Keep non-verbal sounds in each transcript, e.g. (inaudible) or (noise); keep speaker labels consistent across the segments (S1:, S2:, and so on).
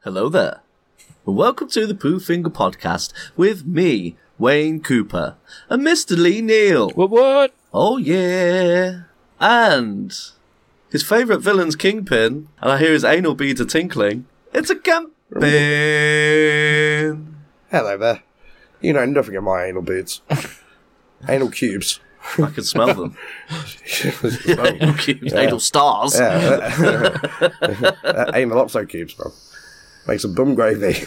S1: Hello there. Welcome to the Pooh Finger Podcast with me, Wayne Cooper, and Mr. Lee Neal.
S2: What? What?
S1: Oh, yeah. And his favourite villain's Kingpin, and I hear his anal beads are tinkling. It's a campaign.
S3: Hello there. You know nothing of my anal beads. anal cubes. (laughs)
S1: I can smell them.
S3: yeah,
S1: anal cubes, anal stars.
S3: uh, (laughs) anal opso cubes, man. Make some bum gravy.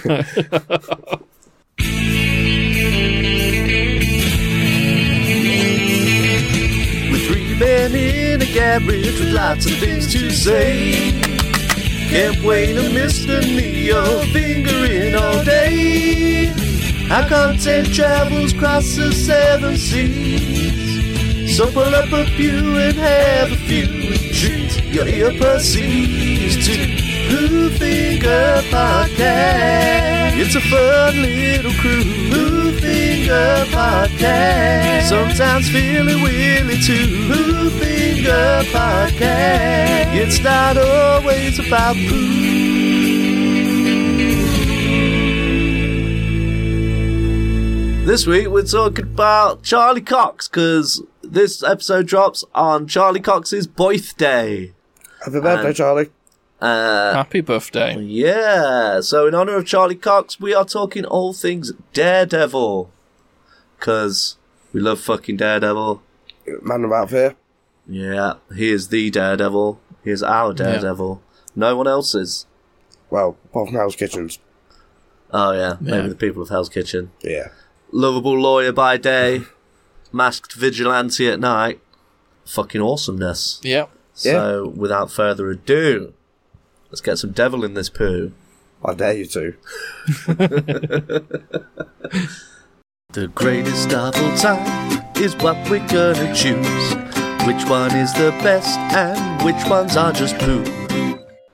S1: With three men in a garage with lots of things to say. Can't wait to Mr. Neo fingering all day. Our content travels across the seven seas. So pull up a pew and have a few and treat your ear proceeds to Who Finger Podcast. It's a fun little crew. Who Finger Podcast. Sometimes feeling willy too. Who Finger Podcast. It's not always about This week we're talking about Charlie Cox because this episode drops on Charlie Cox's birthday. Uh,
S3: Happy birthday,
S1: And-
S3: Charlie.
S2: Happy
S1: oh,
S2: birthday.
S1: Yeah, so in honor of Charlie Cox, we are talking all things Daredevil because we love fucking Daredevil.
S3: Man about fear.
S1: Yeah, he is the Daredevil. He is our Daredevil. No one else's.
S3: Well, apart from Hell's Kitchens.
S1: Oh yeah,
S2: Yeah.
S1: maybe the people of Hell's Kitchen.
S3: Yeah.
S1: Lovable lawyer by day, masked vigilante at night. Fucking awesomeness.
S2: Yep.
S1: So, without further ado, let's get some devil in this poo.
S3: I dare you to.
S1: The greatest of all time is what we're gonna choose. Which one is the best and which ones are just poo?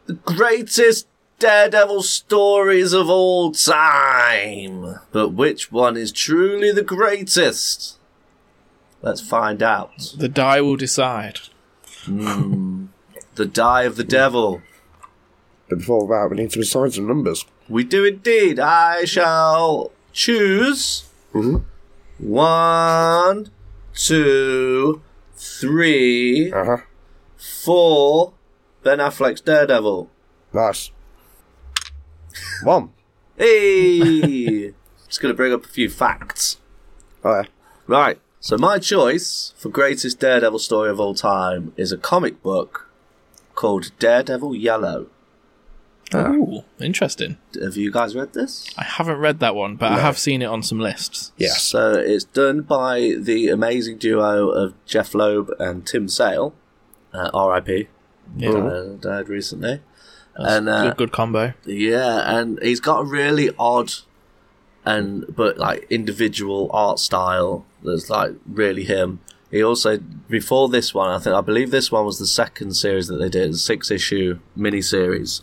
S1: The greatest daredevil stories of all time. But which one is truly the greatest? Let's find out.
S2: The die will decide.
S1: The die of the devil.
S3: But before that, we need to assign some numbers.
S1: We do indeed. I shall choose one, two, three,
S3: Uh huh.
S1: four. Ben Affleck's Daredevil.
S3: Nice. One.
S1: Hey! Just going to bring up a few facts.
S3: Oh, yeah.
S1: Right. So my choice for greatest Daredevil story of all time is a comic book called Daredevil Yellow. Oh.
S2: Ooh, interesting.
S1: Have you guys read this?
S2: I haven't read that one, but I have seen it on some lists.
S3: Yes.
S1: So it's done by the amazing duo of Jeff Loeb and Tim Sale, uh, RIP,
S2: Yeah.
S1: uh, died recently. and uh,
S2: Good, good combo.
S1: yeah, and he's got a really odd and but like individual art style that's like really him. He also before this one, I think I believe this one was the second series that they did, a six issue mini series.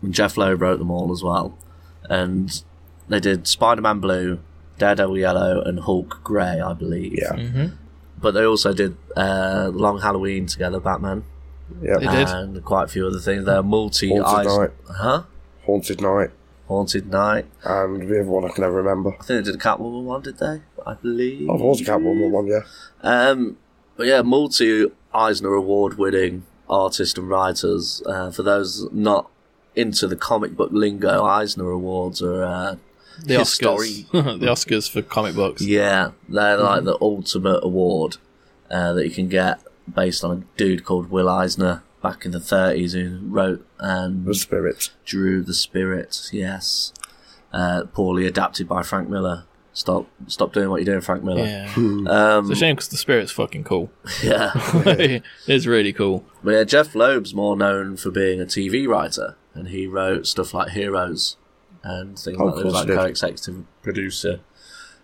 S1: And Jeff Lowe wrote them all as well. And they did Spider Man Blue, Daredevil Yellow, and Hulk Grey, I believe.
S3: Yeah.
S2: Mm-hmm.
S1: But they also did uh, Long Halloween together, Batman,
S2: They
S3: Yeah.
S2: did.
S1: and quite a few other things. They're multi
S3: Haunted Night.
S1: huh?
S3: Haunted Night.
S1: Haunted Night.
S3: And the other one I can never remember.
S1: I think they did a Catwoman one, did they? I believe.
S3: Oh, there was a Catwoman one, yeah.
S1: Um, but yeah, multi Eisner Award winning artists and writers. Uh, for those not into the comic book lingo, Eisner Awards are, uh,
S2: The
S1: his
S2: Oscars. (laughs) the Oscars for comic books.
S1: yeah, they're like the ultimate award uh, that you can get based on a dude called Will Eisner back in the 30s who wrote and
S3: The Spirit.
S1: Drew the Spirit, yes. Uh, poorly adapted by Frank Miller. Stop stop doing what you're doing, Frank Miller. Um,
S2: Yeah. it's a shame because the spirit's fucking cool.
S1: (laughs) yeah.
S2: (laughs) it's really cool.
S1: But yeah, Jeff Loeb's more known for being a TV writer, and he wrote stuff like Heroes and things
S3: Oh,
S1: like that. He
S3: of
S1: was
S3: course
S1: like
S3: he did.
S1: co-executive producer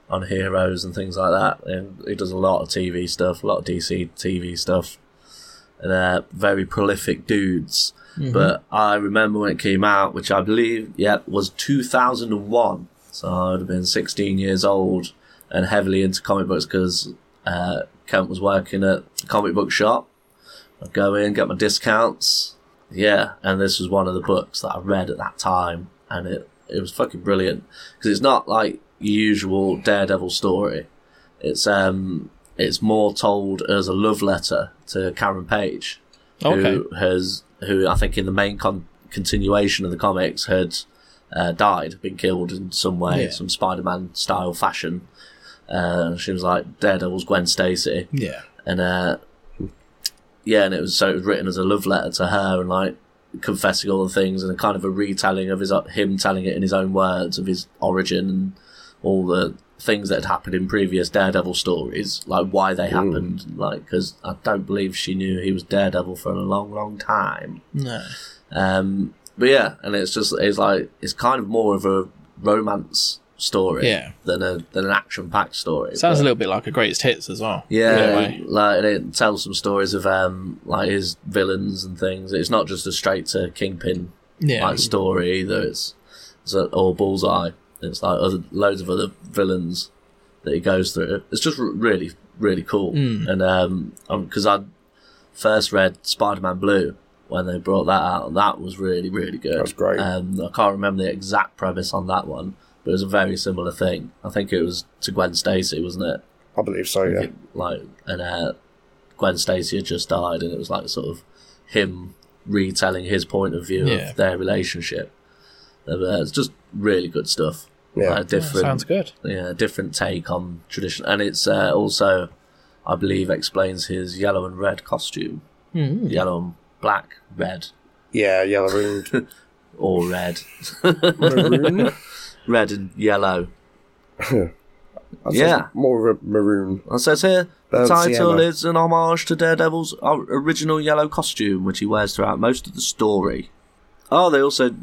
S1: on Heroes and things like that. And he does a lot of TV stuff, a lot of DC TV stuff. And uh, very prolific dudes.
S3: Mm-hmm.
S1: But I remember when it came out, which I believe, yeah, was 2001. So I would have been 16 years old and heavily into comic books because uh, Kent was working at a comic book shop I'd go in, get my discounts. Yeah, and this was one of the books that I read at that time. and it it was fucking brilliant because it's not like your usual Daredevil story. It's um it's more told as a love letter to Karen Page, who
S2: Okay.
S1: has who I think in the main con- continuation of the comics had uh, died, been killed in some way,
S2: Yeah.
S1: some Spider-Man style fashion. Uh, she was like Daredevil's Gwen Stacy
S2: Yeah.
S1: and uh, yeah, and it was so it was written as a love letter to her, and like confessing all the things, and a kind of a retelling of his uh, him telling it in his own words of his origin and all the things that had happened in previous Daredevil stories, like why
S2: Mm.
S1: they happened, like because I don't believe she knew he was Daredevil for a long, long time.
S2: No.
S1: Um, but yeah, and it's just it's like it's kind of more of a romance story
S2: Yeah.
S1: than a than an action packed story.
S2: Sounds
S1: but-
S2: a little bit like a greatest hits as well. In a
S1: yeah,
S2: way.
S1: like and it tells some stories of um like his villains and things. It's not just a straight to kingpin
S2: Yeah.
S1: like story either. It's, it's a, or bullseye. It's like other, loads of other villains that he goes through. It's just r- really really cool. And um because I first read Spider Man Blue when they brought that out, that was really really good.
S3: That's great.
S1: Um, I can't remember the exact premise on that one, but it was a very similar thing. I think it was to Gwen Stacy, wasn't it?
S3: I believe so. Yeah,
S1: like and uh, Gwen Stacy had just died, and it was like sort of him retelling his point of view
S2: Yeah.
S1: of their relationship. And, uh, it's just really good stuff.
S3: Yeah.
S1: Like, different,
S2: Sounds good.
S1: yeah, different take on tradition, and it's uh, also, I believe, explains his yellow and red costume,
S2: Mm.
S1: yellow and black, red
S3: yeah, yellow room.
S1: or red,
S3: maroon.
S1: red and yellow.
S3: I'd say
S1: Yeah.
S3: more of a maroon.
S1: It says here the
S3: Don't see
S1: title
S3: Emma.
S1: is an homage to Daredevil's o- original yellow costume, which he wears throughout most of the story. Oh, they also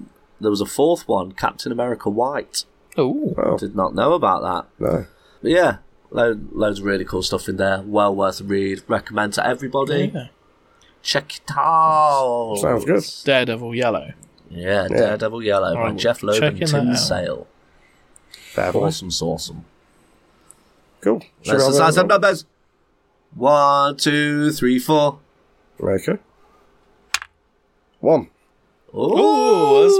S1: there was a fourth one, Captain America White.
S2: Oh.
S3: Oh
S1: Did not know about that.
S3: no,
S1: But yeah, lo- loads of really cool stuff in there. Well worth a read. Recommend to everybody.
S2: Yeah.
S1: Check it out.
S3: Sounds good.
S1: (laughs)
S2: Daredevil Yellow.
S1: Yeah, Daredevil Yellow by
S2: Alright,
S1: Jeff Loeb and
S2: checking that
S1: Tim
S2: out.
S1: Sale.
S3: bad boy.
S1: Awesome, awesome.
S3: Cool. Should
S1: Let's
S3: I have
S1: decide some
S3: another
S1: numbers. One, two, three, four.
S3: one? Okay. One.
S2: Ooh, that's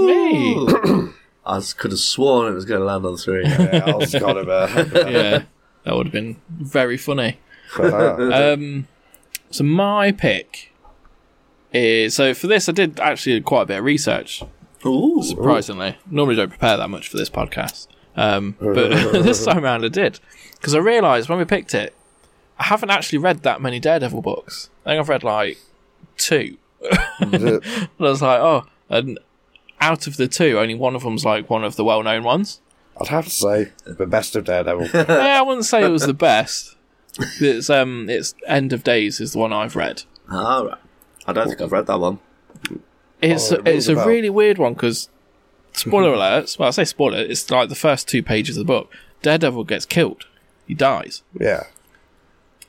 S2: me.
S1: I could have sworn it was going to land on
S2: (laughs)
S1: three.
S3: Yeah, I was kind of (laughs) uh,
S2: yeah. That would have been very funny.
S3: uh,
S2: Um, so my pick is so for this I did actually quite a bit of research.
S1: Ooh.
S2: Surprisingly, normally don't prepare that much for this podcast, um, but (laughs) this time around I did because I realised when we picked it, I haven't actually read that many Daredevil books. I think I've read like two.
S3: uh,
S2: And I was like, oh, and out of the two, only one of them's like one of the well-known ones.
S3: I'd have to say the best of Daredevil.
S2: yeah, I wouldn't say it was the best. It's um, it's End of Days is the one I've read.
S1: All right. I don't think I've read that one.
S2: It's
S3: Oh, it
S2: it's
S3: rings
S2: a
S3: a bell.
S2: really weird one because spoiler alerts. Well, I say spoiler. It's like the first two pages of the book. Daredevil gets killed. He dies.
S3: Yeah.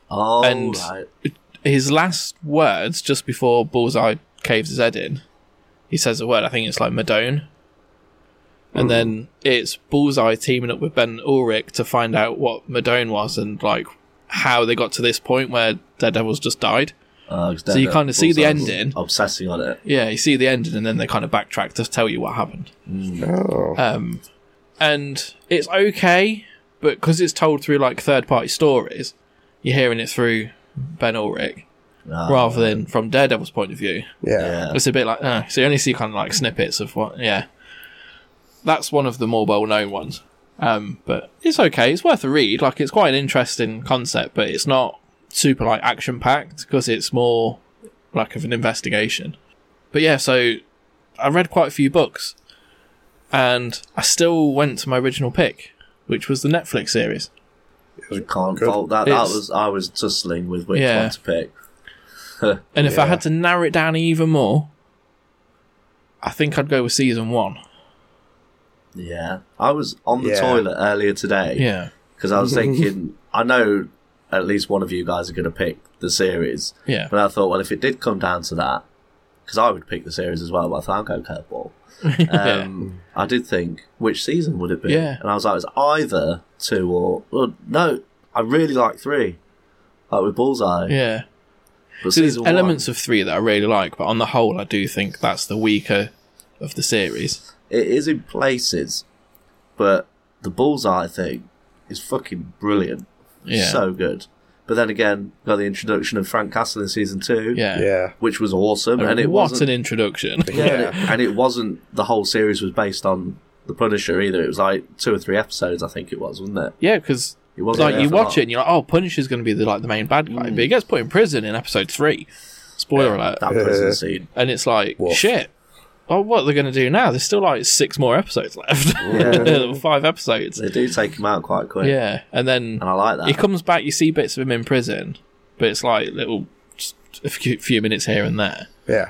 S1: Oh,
S2: And-
S1: right.
S2: His last words, just before Bullseye caves his head in, he says a word. I think it's like Madone.
S3: Hmm.
S2: And then it's Bullseye teaming up with Ben Ulrich to find out what Madone was and like how they got to this point where Daredevil's just died.
S1: Oh, it's
S2: you
S1: Daredevil.
S2: kinda see the
S1: Bullseye's
S2: ending.
S1: Obsessing on it.
S2: Yeah, you see the ending, and then they kind of backtrack to tell you what happened.
S3: Oh.
S2: Um, and it's okay, but because it's told through like third party stories, you're hearing it through Ben Ulrich
S1: Ah,
S2: rather than from Daredevil's point of view.
S3: yeah.
S1: Yeah.
S2: It's a bit like, uh, so you only see kind of like snippets of what, yeah. That's one of the more well known ones. Um, but it's okay, it's worth a read. Like, it's quite an interesting concept, but it's not super like action packed because it's more like of an investigation. But yeah, so I read quite a few books and I still went to my original pick, which was the Netflix series.
S1: You can't
S3: Good.
S1: fault that. That
S2: It's-
S1: was I was tussling with which
S2: Yeah.
S1: one to pick.
S2: And if I
S3: Yeah.
S2: had to narrow it down even more, I think I'd go with season one.
S1: Yeah. I was on the
S3: Yeah.
S1: toilet earlier today
S2: Yeah.
S1: because
S3: (laughs)
S1: I was thinking, I know at least one of you guys are going to pick the series.
S2: Yeah.
S1: But I thought, well, if it did come down to that, because I would pick the series as well, but I thought I'll go curveball.
S2: (laughs)
S1: Um, I did think, which season would it be?
S2: Yeah.
S1: And I was like, it's either two or well, no. I really like three, like with Bullseye.
S2: Yeah.
S1: But
S2: So there's
S1: season
S2: elements of three that I really like, but on the whole, I do think that's the weaker of the series.
S1: It is in places, but the bullseye thing is fucking brilliant.
S2: Yeah.
S1: So good. But then again, got the introduction of Frank Castle in season two,
S2: yeah. Oh,
S3: Yeah.
S1: which was awesome, and it
S2: what
S1: wasn't. (laughs)
S2: an introduction. (laughs)
S1: yeah, and it-
S3: Yeah.
S1: and it wasn't the whole series was based on the Punisher either. It was like two or three episodes, I think it was, wasn't it?
S2: Yeah, because
S1: It wasn't
S2: like
S1: there
S2: you
S1: for
S2: watch
S1: long.
S2: it and you're like, oh, Punisher's going to be the like the main bad guy, but he gets put in prison in episode three. Spoiler alert!
S1: that prison
S3: Yeah.
S1: scene.
S2: And it's like
S3: Woof.
S2: shit. Oh, what they're going to do now? There's still like six more episodes left.
S1: Yeah.
S2: (laughs) Five episodes.
S1: They do take him out quite quick,
S2: Yeah, and then
S1: and I like that.
S2: he comes back. You see bits of him in prison, but it's like little, just a few, few minutes here and there.
S3: Yeah.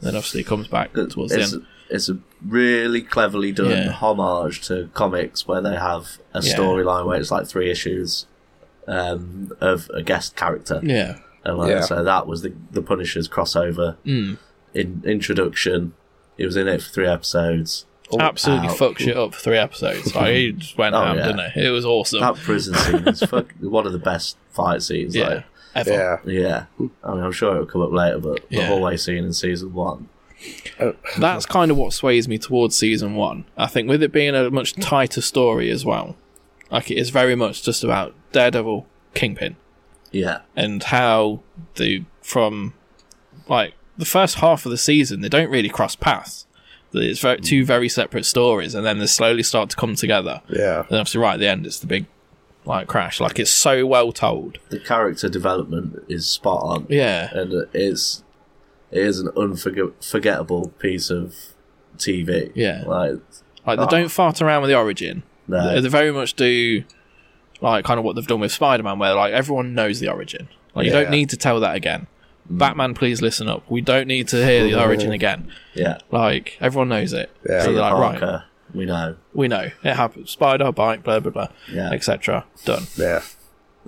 S2: Then obviously he comes back towards the
S1: it's,
S2: end.
S1: it's a really cleverly done
S2: Yeah.
S1: homage to comics where they have a
S2: Yeah.
S1: storyline where it's like three issues um, of a guest character.
S2: Yeah,
S1: And like,
S3: Yeah.
S1: so that was the, the Punisher's crossover
S2: Mm.
S1: in introduction. He was in it for three episodes. All
S2: Oh, absolutely
S1: out.
S2: fucked shit up for three episodes.
S1: (laughs)
S2: Like, he just went
S1: Oh,
S2: ham,
S1: yeah.
S2: didn't he? It was awesome.
S1: That prison scene
S2: (laughs)
S1: is fuck, one of the best fight scenes.
S2: yeah,
S1: Like,
S2: ever.
S3: Yeah.
S1: yeah. I mean, I'm sure it'll come up later, but the
S2: Yeah.
S1: hallway scene in season one.
S2: that's kind of what sways me towards season one. I think with it being a much tighter story as well, like it is very much just about Daredevil, Kingpin,
S1: Yeah.
S2: and how the from like the first half of the season they don't really cross paths. It's very, two very separate stories, and then they slowly start to come together.
S3: Yeah.
S2: And obviously, right at the end, it's the big like crash. Like it's so well told.
S1: The character development is spot on.
S2: Yeah,
S1: and it's it is an unforgettable piece of TV.
S2: Yeah.
S1: like
S2: like they
S1: Oh.
S2: don't fart around with the origin.
S1: no,
S2: They- They very much do, like, kind of what they've done with Spider Man, where, like, everyone knows the origin. Like, you
S3: Yeah.
S2: don't need to tell that again. Batman, please listen up. We don't need to hear the origin again.
S1: yeah,
S2: Like, everyone knows it.
S3: Yeah.
S2: So you're
S1: Peter
S2: like,
S1: Parker,
S2: right,
S1: we know.
S2: we know. It happened. Spider, bike, blah, blah, blah,
S1: Yeah.
S2: etc. Done.
S3: Yeah.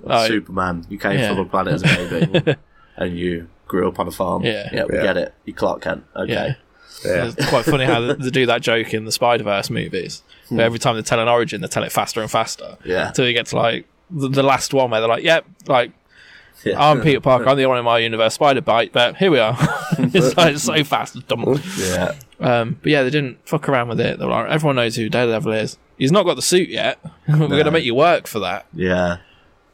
S2: Like,
S1: Superman, you came
S2: Oh. Yeah.
S1: from a planet as a
S2: (laughs)
S1: baby, and you grew up on a farm.
S2: Yeah.
S1: yeah, we
S3: Yeah.
S1: get it. You Clark Kent, okay.
S2: yeah.
S3: Yeah.
S2: It's quite funny how they do that joke in the Spider Verse movies. But every time they tell an origin, they tell it faster and faster.
S1: Hmm. Yeah.
S2: Until you get to, like, the, the last one where they're like, yep, like,
S1: Yeah. (laughs)
S2: I'm Peter Parker. I'm the only one in my universe. Spider bite, but here we are. (laughs) it's like so fast. it's
S1: Hmm.
S2: dumb.
S1: yeah,
S2: Um, but yeah, they didn't fuck around with it. They were like, everyone knows who Daredevil is. He's not got the suit yet. (laughs) we're going to make you work for that.
S1: yeah,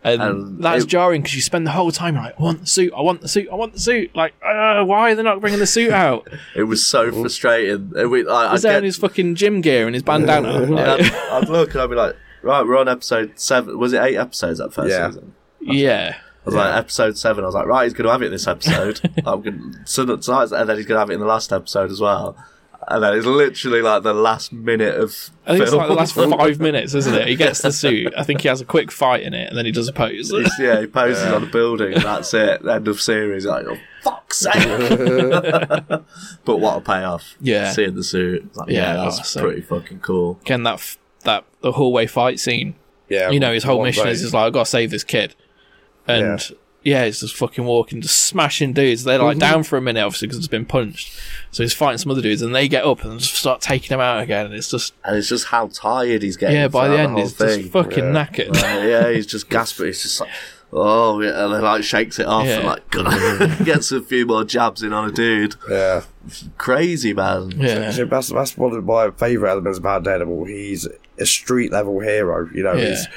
S2: And
S1: And
S2: that's
S1: it-
S2: jarring because you spend the whole time like, I want the suit. I want the suit. I want the suit. Like, uh, why are they not bringing the suit out?
S1: it was so frustrating. And we, I, I
S2: He's there in
S1: get,
S2: his fucking gym gear and his bandana.
S1: I'd,
S2: Like,
S1: I'd look and I'd be like, right, we're on episode seven. Was it eight episodes that first
S3: Yeah.
S1: season?
S2: (laughs) yeah.
S1: I was like, episode seven. I was like, right, he's going to have it this episode.
S2: (laughs)
S1: I'm going so that- so that's- and then he's going to have it in the last episode as well. And then it's literally like the last minute of.
S2: I think it's like the
S1: film. (laughs)
S2: last five minutes, isn't it? He gets the suit. I think he has a quick fight in it and then he does a pose.
S1: It's- yeah, he poses on a building. and That's it. End of series. Like, oh, fuck's
S2: (laughs)
S1: sake! but what a payoff!
S2: Yeah.
S1: seeing the suit. It's Like, yeah,
S2: Yeah,
S1: that's
S2: awesome.
S1: pretty fucking cool.
S2: Again, that, f- that the hallway fight scene
S3: Yeah.
S2: you know, his whole
S3: One
S2: mission
S3: day.
S2: is just like, I've got to save this kid. And yeah. he's just fucking walking, just smashing dudes. They're like down for a minute, obviously, because it's been punched. So he's fighting some other dudes, and they get up and just start taking him out again. And it's just,
S1: And it's just how tired he's getting.
S2: yeah, by the
S1: throughout
S2: end,
S1: whole
S2: he's
S1: thing.
S2: just fucking
S3: Yeah.
S2: knackered.
S1: Uh, yeah, he's
S2: (laughs)
S1: just gasping. He's just like, oh, yeah, and then like shakes it off and
S2: Yeah.
S1: like (laughs) gets a few more jabs in on a dude.
S3: Yeah.
S1: Crazy man.
S2: yeah.
S3: So that's that's one of my favourite elements about Daredevil. He's a street level hero. You know,
S2: Yeah.
S3: he's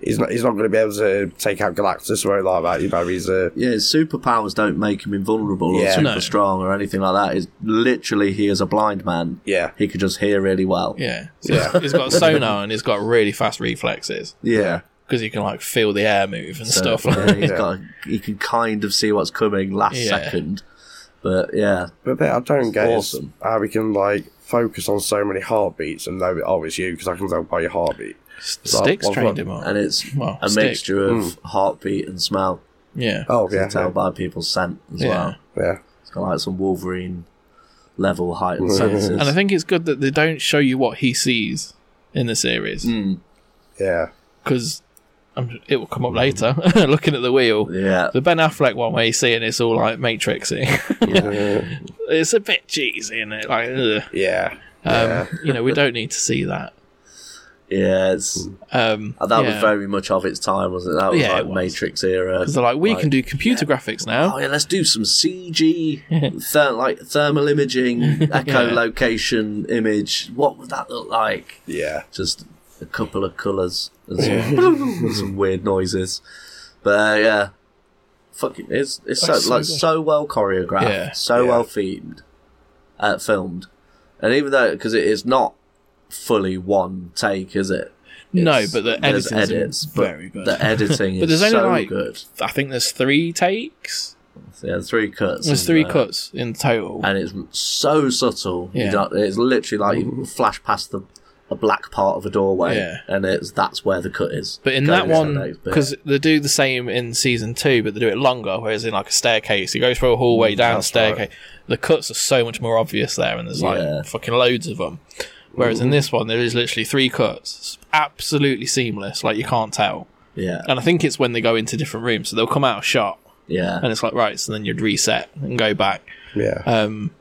S3: he's not he's not going to be able to take out Galactus or anything like that. You know, he's a
S1: Yeah, his superpowers don't make him invulnerable or
S3: Yeah.
S1: super
S2: No.
S1: strong or anything like that. It's literally he is a blind man.
S3: yeah
S1: He could just hear really well.
S2: Yeah. So
S3: Yeah.
S2: he's- he's got sonar and he's got really fast reflexes
S1: Yeah.
S2: because he can like feel the air move and
S1: So, (laughs)
S2: stuff.
S1: yeah,
S2: (laughs)
S1: he's
S3: Yeah.
S1: got he can kind of see what's coming last
S2: Yeah.
S1: second. But yeah.
S3: But bit I don't get is
S1: Awesome.
S3: how we can like focus on so many heartbeats and know that oh it's you because I can tell by your heartbeat.
S2: Sticks
S3: Well,
S2: trained
S3: well,
S2: him on.
S1: And it's
S2: Well,
S1: a
S2: stick.
S1: mixture of heartbeat and smell.
S2: Yeah.
S3: Oh
S1: You
S3: yeah,
S1: can tell by people's scent as
S2: Yeah.
S1: well.
S3: yeah,
S1: It's got like some Wolverine level heightened senses.
S2: And I think it's good that they don't show you what he sees in the series.
S1: Mm.
S3: yeah, (laughs)
S2: because it will come
S1: Mm.
S2: up later. (laughs) looking at the wheel,
S1: yeah.
S2: the Ben Affleck one where you see and it's all like Matrixy. (laughs)
S3: yeah,
S2: it's a bit cheesy, isn't it? Like, ugh.
S3: yeah,
S2: Um, you know, we don't need to see that.
S1: Yeah, it's,
S2: Um,
S1: Oh, that was
S2: yeah.
S1: very much of its time, wasn't it? That was
S2: Yeah,
S1: like
S2: it was.
S1: Matrix era.
S2: 'Cause they're like, we can do computer graphics now.
S1: Oh yeah, let's do some
S2: (laughs)
S1: CG, ther- like thermal imaging, echolocation image. What would that look like?
S3: Yeah.
S1: Just a couple of colours and some, (laughs) and some weird noises. But uh, yeah, fucking, it's it's so,
S2: That's so
S1: like
S2: good.
S1: so well choreographed,
S2: Yeah.
S1: so
S3: Yeah.
S1: well themed, uh, filmed, and even though because it is not fully one take, is it?
S2: no,
S1: It's-
S2: but the
S1: there's
S2: editing's
S1: but
S2: very good. (laughs)
S1: The editing
S2: But
S1: is
S2: there's only,
S1: so
S2: like,
S1: good.
S2: I think there's three takes.
S1: Yeah, three cuts.
S2: There's
S1: in
S2: three
S1: there.
S2: cuts in total.
S1: and it's so subtle. You
S2: Yeah.
S1: don't- it's literally like you flash past the a black part of a doorway,
S2: Yeah.
S1: and it's that's where the cut is.
S2: But in
S1: Go
S2: that
S1: to the
S2: one,
S1: next bit.
S2: because they do the same in season two, but they do it longer, whereas in like a staircase, you go through a hallway, down a
S3: that's
S2: staircase. The cuts are so much more obvious there, and there's like
S1: Yeah.
S2: fucking loads of them. Whereas in this one, there is literally three cuts. It's absolutely seamless, like you can't tell.
S1: yeah,
S2: And I think it's when they go into different rooms, so they'll come out of shot,
S1: yeah,
S2: and it's like, right, so then you'd reset and go back.
S3: Yeah.
S2: Um,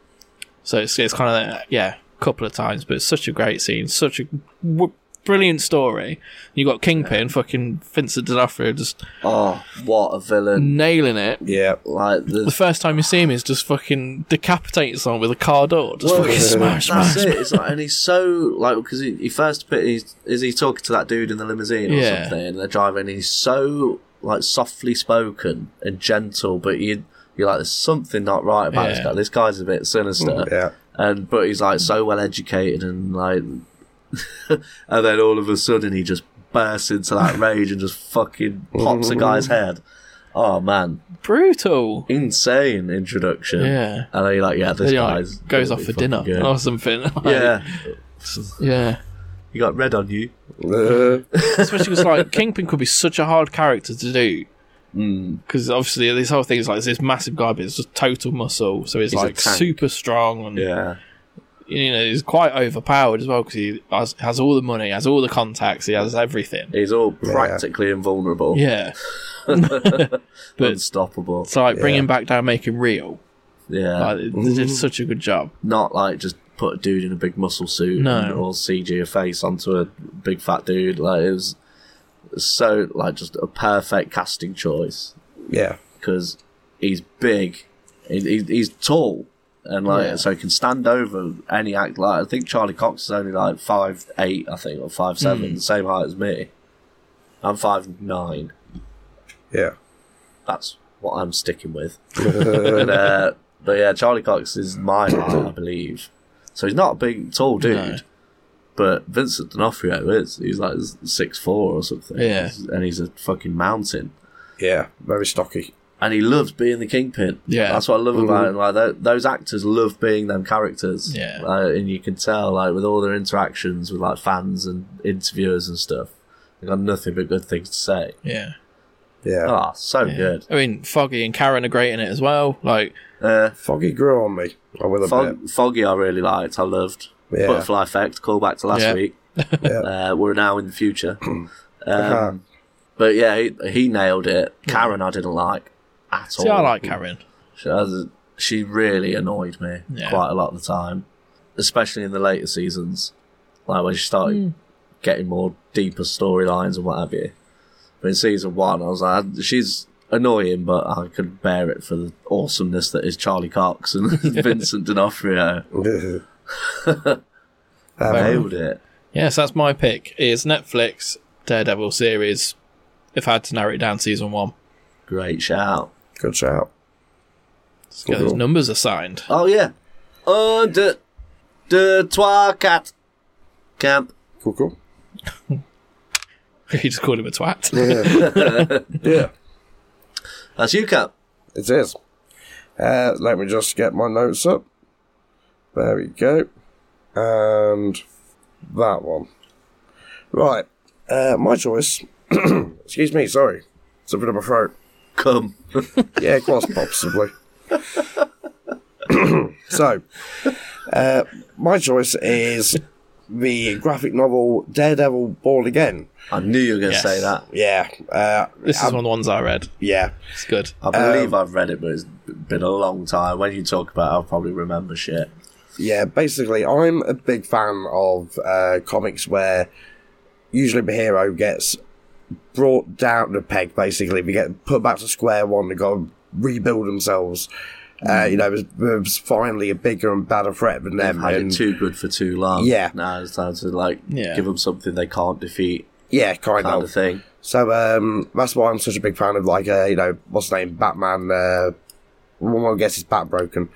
S2: so it's, it's kind of yeah, a couple of times, but it's such a great scene, such a w- brilliant story. You got Kingpin, fucking Vincent D'Onofrio, just
S1: oh, what a villain!
S2: nailing it.
S3: yeah. (laughs)
S1: Like
S2: The
S1: the,
S2: first time you see him is just fucking decapitating someone with a car door, just
S1: Well,
S2: fucking smash,
S1: that's
S2: smash.
S1: it. It's like, and he's so like because he, he first bit he's, is he talking to that dude in the limousine or
S2: Yeah.
S1: something, and they're driving. And he's so like softly spoken and gentle, but you you're like there's something not right about this
S2: Yeah.
S1: guy. This guy's a bit sinister.
S3: Mm, Yeah.
S1: and but he's like so well educated and like (laughs) and then all of a sudden he just bursts into that rage and just fucking pops a guy's head oh man
S2: Brutal.
S1: insane introduction
S2: Yeah.
S1: and then you're like yeah this
S2: Then he
S1: guy
S2: like, goes off for dinner or something. (laughs) Like,
S1: yeah
S2: yeah.
S1: you got red on you
S3: Uh,
S2: Especially because like Kingpin could be such a hard character to do
S1: mm.
S2: because obviously this whole thing is like this massive guy, but it's just total muscle, so he's,
S1: He's a
S2: like
S1: tank.
S2: super strong and
S1: yeah
S2: you know, he's quite overpowered as well because he has, has all the money, has all the contacts, he has everything.
S1: he's all practically invulnerable
S2: Yeah. (laughs) but
S1: unstoppable
S2: so like bringing back down, make him real.
S1: yeah
S2: Like, they did such a good job.
S1: not like just put a dude in a big muscle suit
S2: No.
S1: and all CG a face onto a big fat dude. Like it was so like just a perfect casting choice
S3: yeah.
S1: because he's big, he, he, he's tall, and like
S2: Yeah.
S1: so he can stand over any act. Like I think Charlie Cox is only like five eight, I think, or five seven,
S2: Hmm.
S1: the same height as me. I'm five nine.
S3: Yeah.
S1: That's what I'm sticking
S2: (laughs)
S1: with. but, uh, but yeah, Charlie Cox is my
S2: (coughs)
S1: height, I believe. So he's not a big, tall dude.
S2: No.
S1: But Vincent D'Onofrio is. He's like six four or something.
S2: Yeah.
S1: And he's a fucking mountain.
S3: Yeah. Very stocky.
S1: And he loves being the kingpin.
S2: Yeah.
S1: that's what I love about him. Like tho- those actors love being them characters.
S2: Yeah.
S1: Like, and you can tell, like with all their interactions with like fans and interviewers and stuff, they got nothing but good things to say.
S2: Yeah.
S3: Yeah.
S1: Ah, so good.
S2: I mean, Foggy and Karen are great in it as well. Like,
S1: Uh,
S3: Foggy grew on me. I will admit.
S1: Fog, Foggy, I really liked. I loved
S3: Yeah.
S1: Butterfly Effect. Call back to last
S2: (laughs) Yeah.
S1: week.
S3: Yeah.
S1: Uh, we're now in the
S3: (clears throat)
S1: future.
S3: Uh-huh.
S1: Um, but yeah, he, he nailed it. Karen, I didn't like at all.
S2: see, I like Karen.
S1: She, has- she really annoyed me
S2: Yeah.
S1: quite a lot of the time, especially in the later seasons, like when she started getting more deeper storylines and what have you. But in season one, I was like, she's annoying, but I could bear it for the awesomeness that is Charlie Cox
S2: (laughs)
S1: and (laughs) Vincent D'Onofrio.
S3: (laughs) Um,
S1: Nailed it.
S2: Yes, that's my pick. Is Netflix Daredevil series. If I had to narrow it down, season one.
S1: Great shout.
S3: good shout.
S2: Let's get those numbers assigned. (laughs)
S1: Oh yeah. Un deux, deux, trois, quatre. Camp.
S2: (laughs)
S3: Cool, cool.
S2: he just called him a twat.
S3: Yeah. yeah.
S1: That's you, Camp.
S3: It is. Uh, let me just get my notes up. There we go. And that one. Right. Uh, my choice. (clears throat) Excuse me, sorry. It's a bit of a throat.
S1: Come. (laughs)
S3: Yeah, quite possibly. (laughs) (clears throat) so, uh, my choice is the graphic novel Daredevil Born Again.
S1: I knew you were going to
S2: Yes.
S1: say that.
S3: Yeah. Uh,
S2: This is one of the ones I read.
S3: yeah.
S2: It's good.
S1: I believe I've read it, but it's been a long time. When you talk about it, I'll probably remember shit.
S3: yeah, basically, I'm a big fan of uh, comics where usually the hero gets brought down to peg basically. We get put back to square one. They got to rebuild themselves.
S1: Mm.
S3: Uh, you know, there's, there's finally a bigger and badder threat than them.
S1: Had it
S3: and-
S1: too good for too long.
S3: Yeah.
S1: now it's time to like
S2: Yeah.
S1: give them something they can't defeat,
S3: yeah, kind
S1: kind
S3: of.
S1: of thing.
S3: So um, that's why I'm such a big fan of like uh, you know what's the name Batman. Uh, one gets his back broken.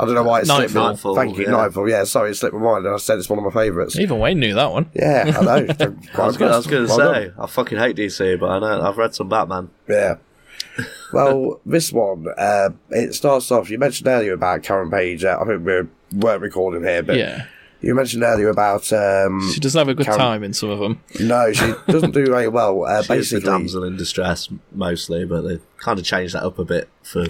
S3: I don't know why it's slipped. my-
S1: Nightfall,
S3: Thank you,
S1: yeah.
S3: Nightfall. Yeah, sorry, it slipped my mind, and I said it's one of my favourites.
S2: Even Wayne knew that one.
S3: Yeah, I
S1: (laughs)
S3: know. Quite
S1: I was, gonna- I was going to
S3: well
S1: say,
S3: done.
S1: I fucking hate DC, but I know I've read some Batman.
S3: yeah. Well, this one, uh, it starts off. You mentioned earlier about Karen Page. Uh, I think we weren't recording here, but
S2: Yeah.
S3: you mentioned earlier about um,
S2: She doesn't have a good
S3: Karen-
S2: time in some of them.
S3: no, she doesn't do very well.
S1: (laughs) She
S3: Uh,
S1: is the
S3: basically,
S1: damsel in distress mostly, but they kind of changed that up a bit for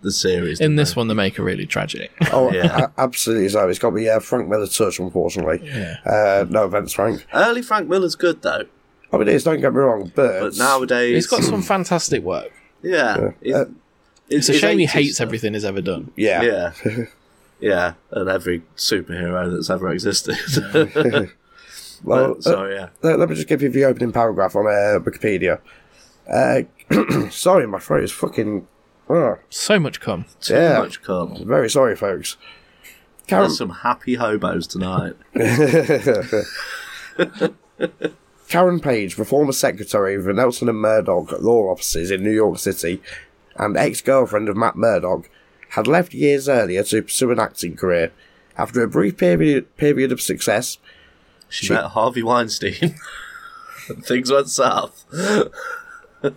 S1: the series.
S2: In
S1: didn't
S2: this
S1: they?
S2: one, they make her really tragic.
S3: oh,
S1: Yeah.
S3: a- absolutely. So it's got to be uh, Frank Miller touch, unfortunately.
S2: Yeah.
S3: Uh, no offense, Frank.
S1: early Frank Miller's good though,
S3: I mean, it is. Don't get me wrong, but,
S1: but nowadays
S2: He's got some fantastic work.
S1: yeah. he's-
S3: Uh,
S2: It's a
S1: his
S2: shame he
S1: 80s
S2: hates
S1: stuff.
S2: everything he's ever done.
S3: yeah,
S1: Yeah. Yeah, and every superhero that's ever
S2: (laughs)
S1: existed.
S3: Well, uh,
S1: so yeah,
S3: let, let me just give you the opening paragraph on uh, Wikipedia. Uh, (clears throat) sorry, my throat is fucking. Ugh.
S2: So much cum.
S1: too
S3: yeah.
S1: much cum.
S3: Very sorry, folks. Karen,
S1: There's some happy hobos tonight.
S3: (laughs) Karen Page, the former secretary of the Nelson and Murdoch law offices in New York City and ex girlfriend of Matt Murdoch, had left years earlier to pursue an acting career. After a brief period, period of success,
S1: She, met Harvey Weinstein. (laughs) and things went south.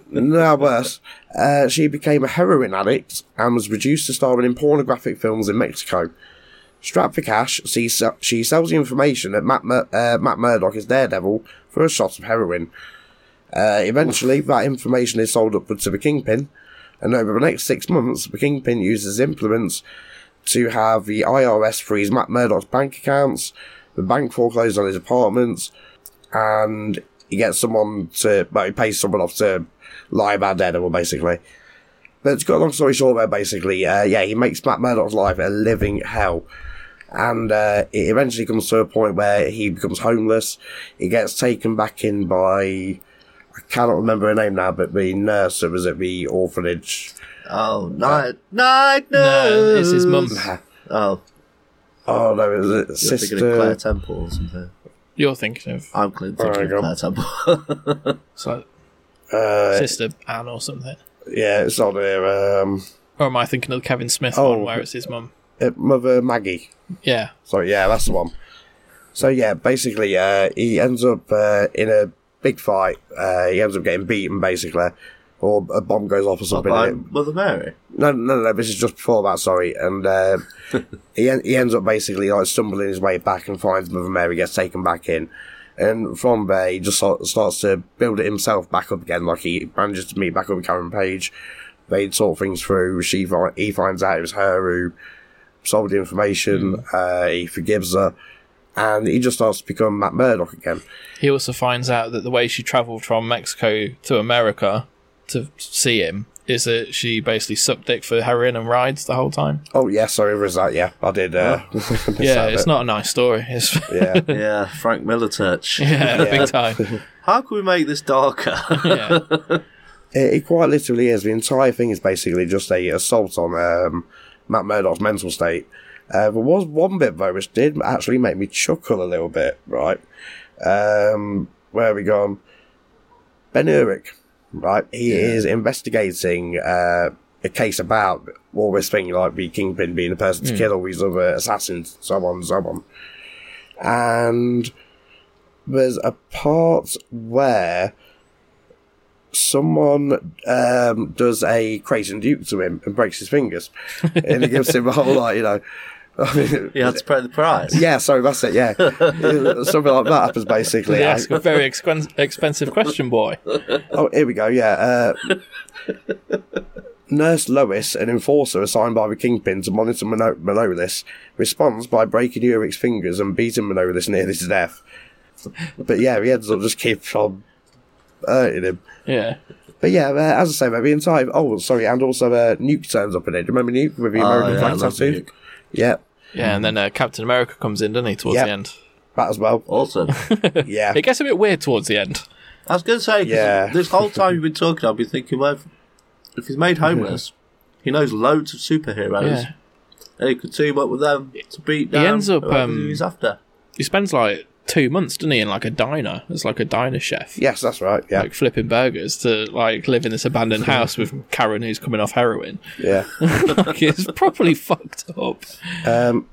S3: no worse, uh, she became a heroin addict and was reduced to starring in pornographic films in Mexico. Strapped for cash, she, se- she sells the information that Matt, Mur- uh, Matt Murdock is Daredevil for a shot of heroin. Uh, eventually, that information is sold upward to the Kingpin, and over the next six months, the Kingpin uses influence to have the IRS freeze Matt Murdock's bank accounts, the bank foreclosed on his apartments, and he gets someone to, well, he pays someone off to lie about Daredevil, basically. But to cut a long story short, there, basically, uh, yeah, he makes Matt Murdock's life a living hell. And uh, it eventually comes to a point where he becomes homeless. He gets taken back in by, I cannot remember her name now, but the nurse that was at the orphanage.
S1: Oh, night, night,
S2: No,
S1: no.
S2: it's his mum.
S1: Oh,
S3: Oh, no, it was a
S1: you're thinking of Claire
S3: sister.
S1: Temple or something.
S2: You're thinking of
S1: I'm cl- thinking
S3: there you
S1: of
S3: go.
S1: Claire
S3: (laughs)
S1: Temple.
S2: it's like
S3: Uh,
S2: Sister Anne or something.
S3: yeah, it's not her. Um,
S2: Or am I thinking of the Kevin Smith
S3: Oh.
S2: one where it's his mum?
S3: uh, Mother Maggie.
S2: Yeah.
S3: Sorry, yeah, that's the one. So yeah, basically, uh, he ends up uh, in a big fight. Uh, he ends up getting beaten, basically, or a bomb goes off or something.
S1: By
S3: and it-
S1: Mother Mary.
S3: no, no, no. This is just before that. Sorry, and uh, he en- he ends up basically like stumbling his way back and finds Mother Mary gets taken back in, and from there he just sort starts to build it himself back up again. Like he manages to meet back up with Karen Page. They sort things through. She fi- he finds out it was her who sold the information. Uh, he forgives her, and he just starts to become Matt Murdock again.
S2: He also finds out that the way she travelled from Mexico to America to see him is that she basically sucked dick for heroin and rides the whole time.
S3: Oh yeah, sorry, there was that? Yeah, I did. Uh, miss
S2: yeah,
S3: that
S2: it's
S3: bit.
S2: not a nice story. It's (laughs)
S3: Yeah.
S1: Yeah, Frank Miller touch.
S2: yeah, big time.
S1: How can we make this darker? (laughs)
S2: Yeah.
S3: It, it quite literally is. The entire thing is basically just a assault on um, Matt Murdock's mental state. Uh, there was one bit though which did actually make me chuckle a little bit. Right, um, where are we gone? Ben Urich, right? He is investigating uh, a case about all this thing, like the kingpin being the person to kill all these other assassins, so on, so on. And there's a part where someone um, does a crazy nuke to him and breaks his fingers, and it gives him a whole lot, you know. (laughs)
S1: you had to pay the price.
S3: yeah, sorry, that's it. Yeah, (laughs) something like that happens basically.
S2: They
S3: I-
S2: ask a very expen- expensive question, boy.
S3: Oh, here we go. Yeah. Uh, Nurse Lois, an enforcer assigned by the Kingpin to monitor Mono- Manolis, responds by breaking Urich's fingers and beating Manolis nearly to death. But yeah, he ends up just keeps on hurting him.
S2: Yeah.
S3: But yeah, uh, as I say, mate, the entire. Oh, sorry, and also uh, Nuke turns up in it. Do you remember Nuke with the
S1: Oh,
S3: American
S1: yeah, I
S3: flag
S1: love
S3: tattoo?
S1: Nuke.
S3: Yeah.
S2: Yeah, and then uh, Captain America comes in, doesn't he, towards
S3: Yep.
S2: the end?
S3: That
S1: (laughs)
S3: as well.
S1: Awesome.
S3: Yeah.
S2: It gets a bit weird towards the end.
S1: I was going to say, 'cause
S3: Yeah.
S1: this whole time
S3: (laughs)
S1: you've been talking, I've been thinking, well, if, if he's made homeless, he knows loads of superheroes,
S2: Yeah.
S1: and he could team up with them to beat down
S2: ends up,
S1: whoever
S2: um,
S1: he's after.
S2: He spends like two months, doesn't he, in like a diner as like a diner chef,
S3: yes, that's right. Yeah.
S2: like flipping burgers to like live in this abandoned house with Karen who's coming off heroin.
S3: yeah.
S2: Like it's properly (laughs) fucked up.
S3: Um,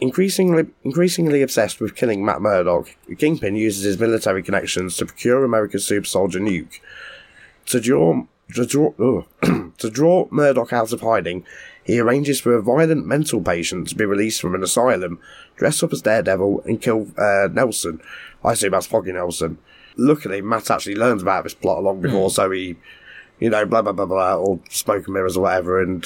S3: increasingly, increasingly obsessed with killing Matt Murdock, Kingpin uses his military connections to procure America's super soldier nuke. To draw, to draw, ugh, (clears throat) to draw Murdoch out of hiding, he arranges for a violent mental patient to be released from an asylum, dress up as Daredevil, and kill uh, Nelson. I assume that's Foggy Nelson. Luckily, Matt actually learns about this plot long before, so he, you know, blah blah blah blah, or smoke and mirrors or whatever, and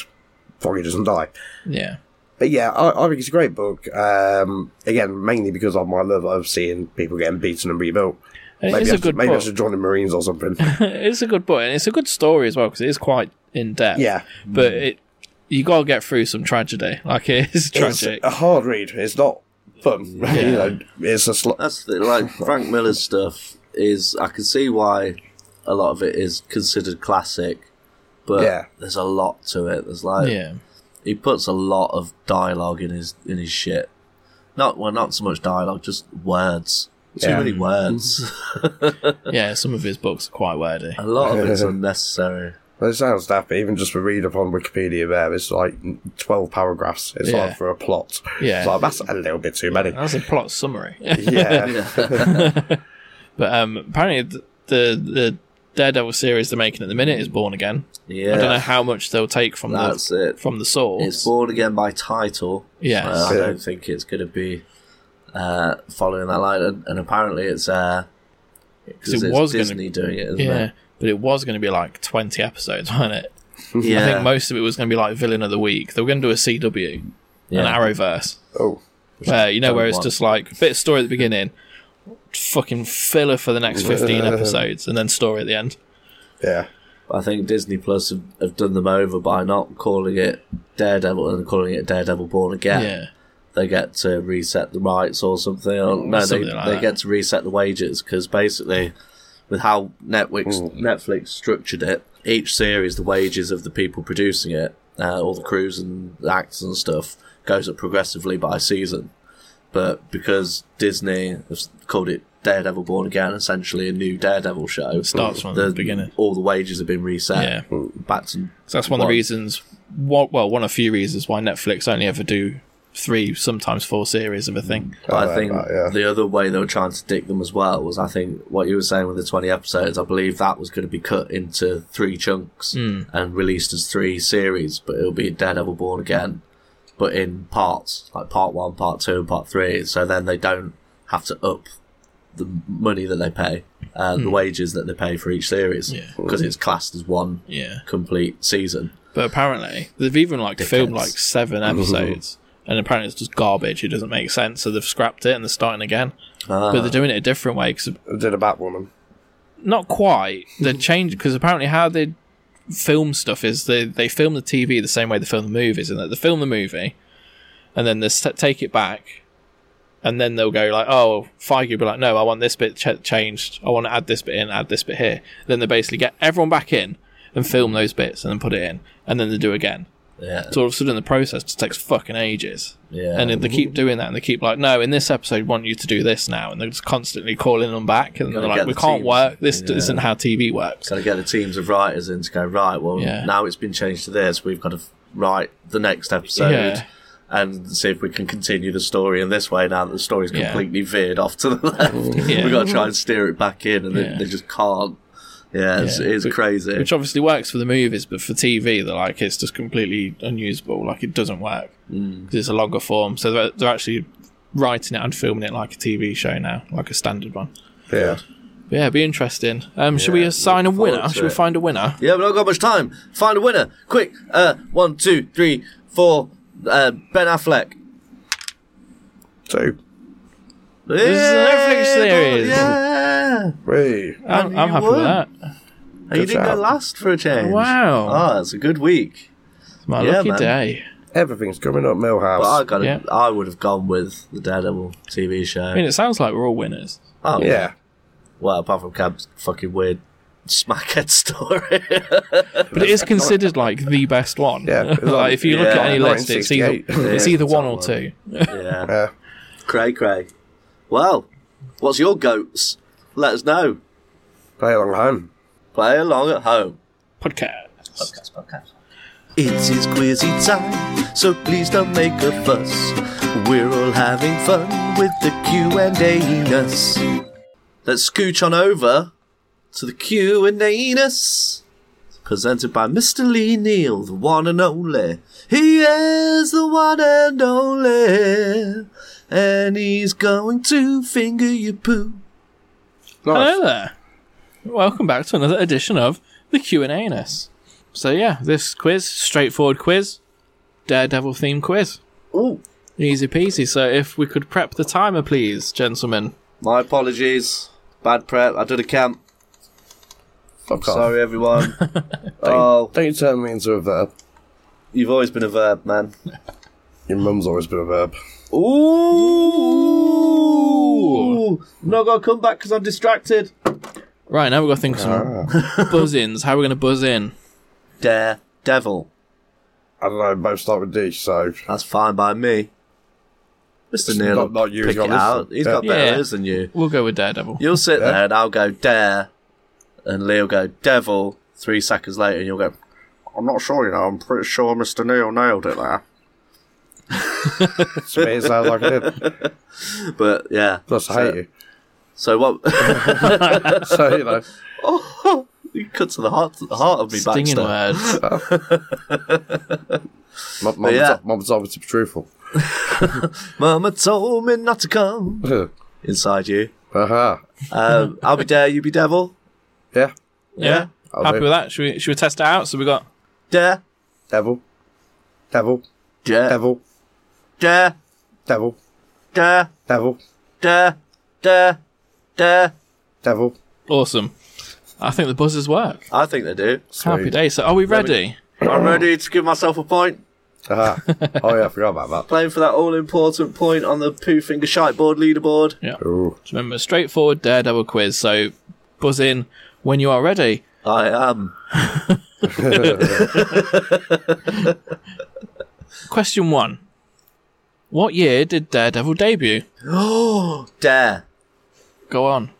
S3: Foggy doesn't die.
S2: Yeah.
S3: But yeah, I, I think it's a great book. Um, again, mainly because of my love of seeing people getting beaten and rebuilt.
S2: And it
S3: maybe
S2: is
S3: I
S2: a
S3: should,
S2: good
S3: maybe I
S2: book.
S3: should join the Marines
S2: (laughs)
S3: or something.
S2: (laughs) it's a good book, and it's a good story as well because it is quite in depth.
S3: Yeah.
S2: but it you gotta get through some tragedy. Like it is
S3: it's (laughs)
S2: tragic.
S3: a hard read. It's not fun. (laughs) you know, it's a sl-
S1: That's the,
S3: (laughs)
S1: like Frank Miller's stuff is. I can see why a lot of it is considered classic, but
S3: Yeah.
S1: there's a lot to it. There's like
S2: yeah,
S1: he puts a lot of dialogue in his in his shit. Not well, not so much dialogue, just words. Too
S3: Yeah.
S1: many
S2: Mm-hmm.
S1: words.
S2: yeah. Some of his books are quite wordy.
S1: (laughs) a lot
S3: (laughs)
S1: of it's unnecessary.
S3: Well, it sounds daft, but even just for read up on Wikipedia, there it's like twelve paragraphs. It's
S2: Yeah.
S3: like for a plot.
S2: Yeah.
S3: It's like, that's a little bit too
S2: (laughs)
S3: many.
S2: That's a
S1: (laughs)
S2: plot summary.
S3: Yeah,
S2: but um, apparently the, the the Daredevil series they're making at the minute is Born Again.
S1: Yeah,
S2: I don't know how much they'll take from
S1: that's
S2: the
S1: it.
S2: from the source.
S1: It's born again by title.
S2: Yes.
S1: Uh, I
S3: Yeah.
S1: don't think it's going to be uh, following that line, and, and apparently it's uh,
S2: 'Cause
S1: 'cause
S2: it
S1: it's
S2: was gonna-
S1: Disney doing it, isn't
S2: yeah,
S1: it?
S2: but it was going to be like twenty episodes, (laughs) wasn't it?
S1: Yeah,
S2: I think most of it was going to be like villain of the week. They were going to do a CW,
S1: Yeah.
S2: an Arrowverse.
S3: oh,
S2: Where you know
S1: don't
S2: where it's
S1: want.
S2: just like bit of story at the beginning, fucking filler for the next
S1: (laughs)
S2: fifteen episodes, and then story at the end.
S3: yeah,
S1: I think Disney Plus have, have done them over by not calling it Daredevil and calling it Daredevil Born Again.
S2: Yeah,
S1: They get to reset the rights or something. Or, no,
S2: Something
S1: they,
S2: like
S1: they
S2: that.
S1: get to reset the wages because basically, with how Netflix Netflix structured it, each series, the wages of the people producing it, uh, all the crews and the actors and stuff, goes up progressively by season. But because Disney have called it Daredevil Born Again, essentially a new Daredevil show,
S2: starts from the beginning.
S1: All the wages have been reset
S2: yeah.
S1: back to
S2: So that's one of
S1: What?
S2: the reasons. One, well, one of few reasons why Netflix only ever do three, sometimes four series of a thing.
S1: But
S3: Oh,
S1: I think
S3: that, yeah.
S1: the other way they were trying to dick them as well was I think what you were saying with the 20 episodes, I believe that was going to be cut into three chunks
S2: Hmm.
S1: and released as three series, but it'll be Daredevil Born Again, but in parts, like part one, part two, and part three. So then they don't have to up the money that they pay, uh, the wages that they pay for each series,
S2: Hmm. Yeah.
S1: because it's classed as one
S2: Yeah,
S1: complete season.
S2: but apparently they've even like filmed
S1: Dickheads.
S2: like seven episodes, and apparently it's just garbage. It doesn't make sense, so they've scrapped it and they're starting again. but they're doing it a different way because
S3: did a Batwoman.
S2: not quite. They changed because apparently how they film stuff is they they film the TV the same way they film the movies, and that they film the movie, and then they s- take it back, and then they'll go like, oh, Feige will be like, no, I want this bit ch- changed. I want to add this bit in, add this bit here. Then they basically get everyone back in and film those bits and then put it in, and then they do again.
S1: Yeah.
S2: So all of a sudden the process just takes fucking ages.
S1: Yeah.
S2: And they keep doing that, and they keep like, no, in this episode, we want you to do this now, and they're just constantly calling them back, and they're
S1: Gotta
S2: like,
S1: get
S2: we
S1: the
S2: can't
S1: teams.
S2: work. This
S1: Yeah.
S2: isn't how TV works.
S1: So to get the teams of writers in to go right. Well,
S2: Yeah.
S1: now it's been changed to this. We've got to f- write the next episode
S2: Yeah.
S1: and see if we can continue the story in this way. Now that the story's
S2: Yeah.
S1: completely veered off to the (laughs) left,
S2: Yeah.
S1: we've got to try and steer it back in, and
S2: Yeah.
S1: they, they just can't. Yeah, it's,
S2: Yeah.
S1: it's
S2: Which-
S1: crazy.
S2: Which obviously works for the movies, but for TV, they're like, it's just completely unusable. Like it doesn't work because
S1: Mm.
S2: it's a longer form. So they're, they're actually writing it and filming it like a TV show now, like a standard one.
S3: Yeah,
S2: But yeah, it'd be interesting. Um, should we
S1: Yeah,
S2: assign a
S1: look forward
S2: winner?
S1: to
S2: Should we
S1: it.
S2: find a winner?
S1: yeah, but I've got much time. Find a winner, quick! Uh, one, two, three, four. Uh, ben Affleck.
S3: two,
S1: This
S2: is an Netflix series.
S1: Yeah,
S3: three.
S2: I'm,
S1: And
S2: I'm
S1: you
S2: happy
S1: won.
S2: with that.
S1: and you
S3: Good
S1: didn't go
S3: job.
S1: last for a change.
S2: Wow.
S1: Ah, it's a good week.
S2: It's my
S1: Yeah,
S2: lucky
S1: man.
S2: day.
S3: Everything's coming up Millhouse.
S1: But I got
S2: Yeah.
S1: I would have gone with the Daredevil TV show.
S2: I mean, it sounds like we're all winners.
S1: oh
S3: yeah.
S1: Well, apart from Cab's fucking weird smackhead story. (laughs)
S2: But it is considered like the best one.
S3: Yeah,
S2: (laughs)
S3: it's
S2: like,
S3: like-
S2: if you look
S1: yeah,
S2: at any list, it's either
S3: 1968.
S2: it's
S1: Yeah,
S2: either
S1: it's
S2: one
S1: that
S2: or
S1: one.
S2: two.
S1: yeah.
S3: Yeah.
S1: Cray cray. Well, what's your goats? Let us know.
S3: Play along home.
S1: Play along at home.
S2: Podcast.
S1: It is quizzy time, so please don't make a fuss. We're all having fun with the Q&A-ness. Let's scooch on over to the Q&A-ness. Presented by Mr. Lee Neal, the one and only. He is the one and only. And he's going to finger your poo.
S3: Nice.
S2: Hello there. Welcome back to another edition of the Q and A-ness. So yeah, this quiz, straightforward quiz, Daredevil theme quiz,
S1: Ooh.
S2: easy peasy. So if we could prep the timer, please, gentlemen.
S1: My apologies. Bad prep. I did a camp.
S3: Fuck off.
S1: Sorry, everyone.
S3: Don't,
S1: oh,
S3: don't you turn me into a verb.
S1: you've always been a verb,
S3: (laughs)
S1: man.
S3: Your mum's always been a verb.
S1: Ooh! Not gonna come back because I'm distracted.
S2: Right now we've got to think of some (laughs) buzz-ins. How are we going to buzz in?
S1: Dare devil.
S3: I don't know, both start with D, so.
S1: That's fine by me. Mr. Neil,
S3: not-
S1: will
S3: not you,
S1: pick
S3: you've
S1: it
S3: got
S1: out.
S3: this.
S1: He's got
S3: Yeah.
S1: better
S2: Yeah.
S1: ears than you.
S2: We'll go with Daredevil.
S1: You'll sit
S3: Yeah.
S1: there and I'll go dare, and Leo go devil. Three seconds later, and you'll go.
S4: I'm not sure, you know. I'm pretty sure Mr. Neil nailed it there.
S3: To me, it sounds like I
S1: (laughs)
S3: did.
S1: But yeah.
S3: Plus, I hate you.
S1: So what? (laughs)
S3: So, you know.
S1: you cut to the heart, the heart of me,
S2: Stinging
S1: Baxter.
S2: words.
S3: Mum, mum,
S1: yeah.
S3: yeah. mum told me to be truthful. (laughs)
S1: Mama told me not to come inside you.
S3: uh-huh.
S2: Mm-hmm.
S1: Um, I'll be dare, you be devil.
S3: Yeah.
S2: Yeah,
S3: I'll
S2: happy
S3: do.
S2: with that. Should we should we test it out? So we got
S1: Dare,
S3: Devil. Devil.
S1: dare,
S3: Devil.
S1: dare,
S3: Devil.
S1: dare,
S3: Devil.
S1: dare, dare, dare.
S3: Devil.
S2: awesome. I think the buzzers work.
S1: I think they do.
S2: Happy day. So are we ready?
S1: I'm ready to give myself a point.
S3: Uh-huh. oh, yeah, I forgot about
S1: Playing for that all important point on the poo finger shite board leaderboard.
S3: that. Ooh.
S2: Just remember, straightforward Daredevil quiz. So buzz in when you are ready.
S1: I am. (gasps)
S2: Question one. What year did Daredevil debut?
S1: Dare.
S2: Go on.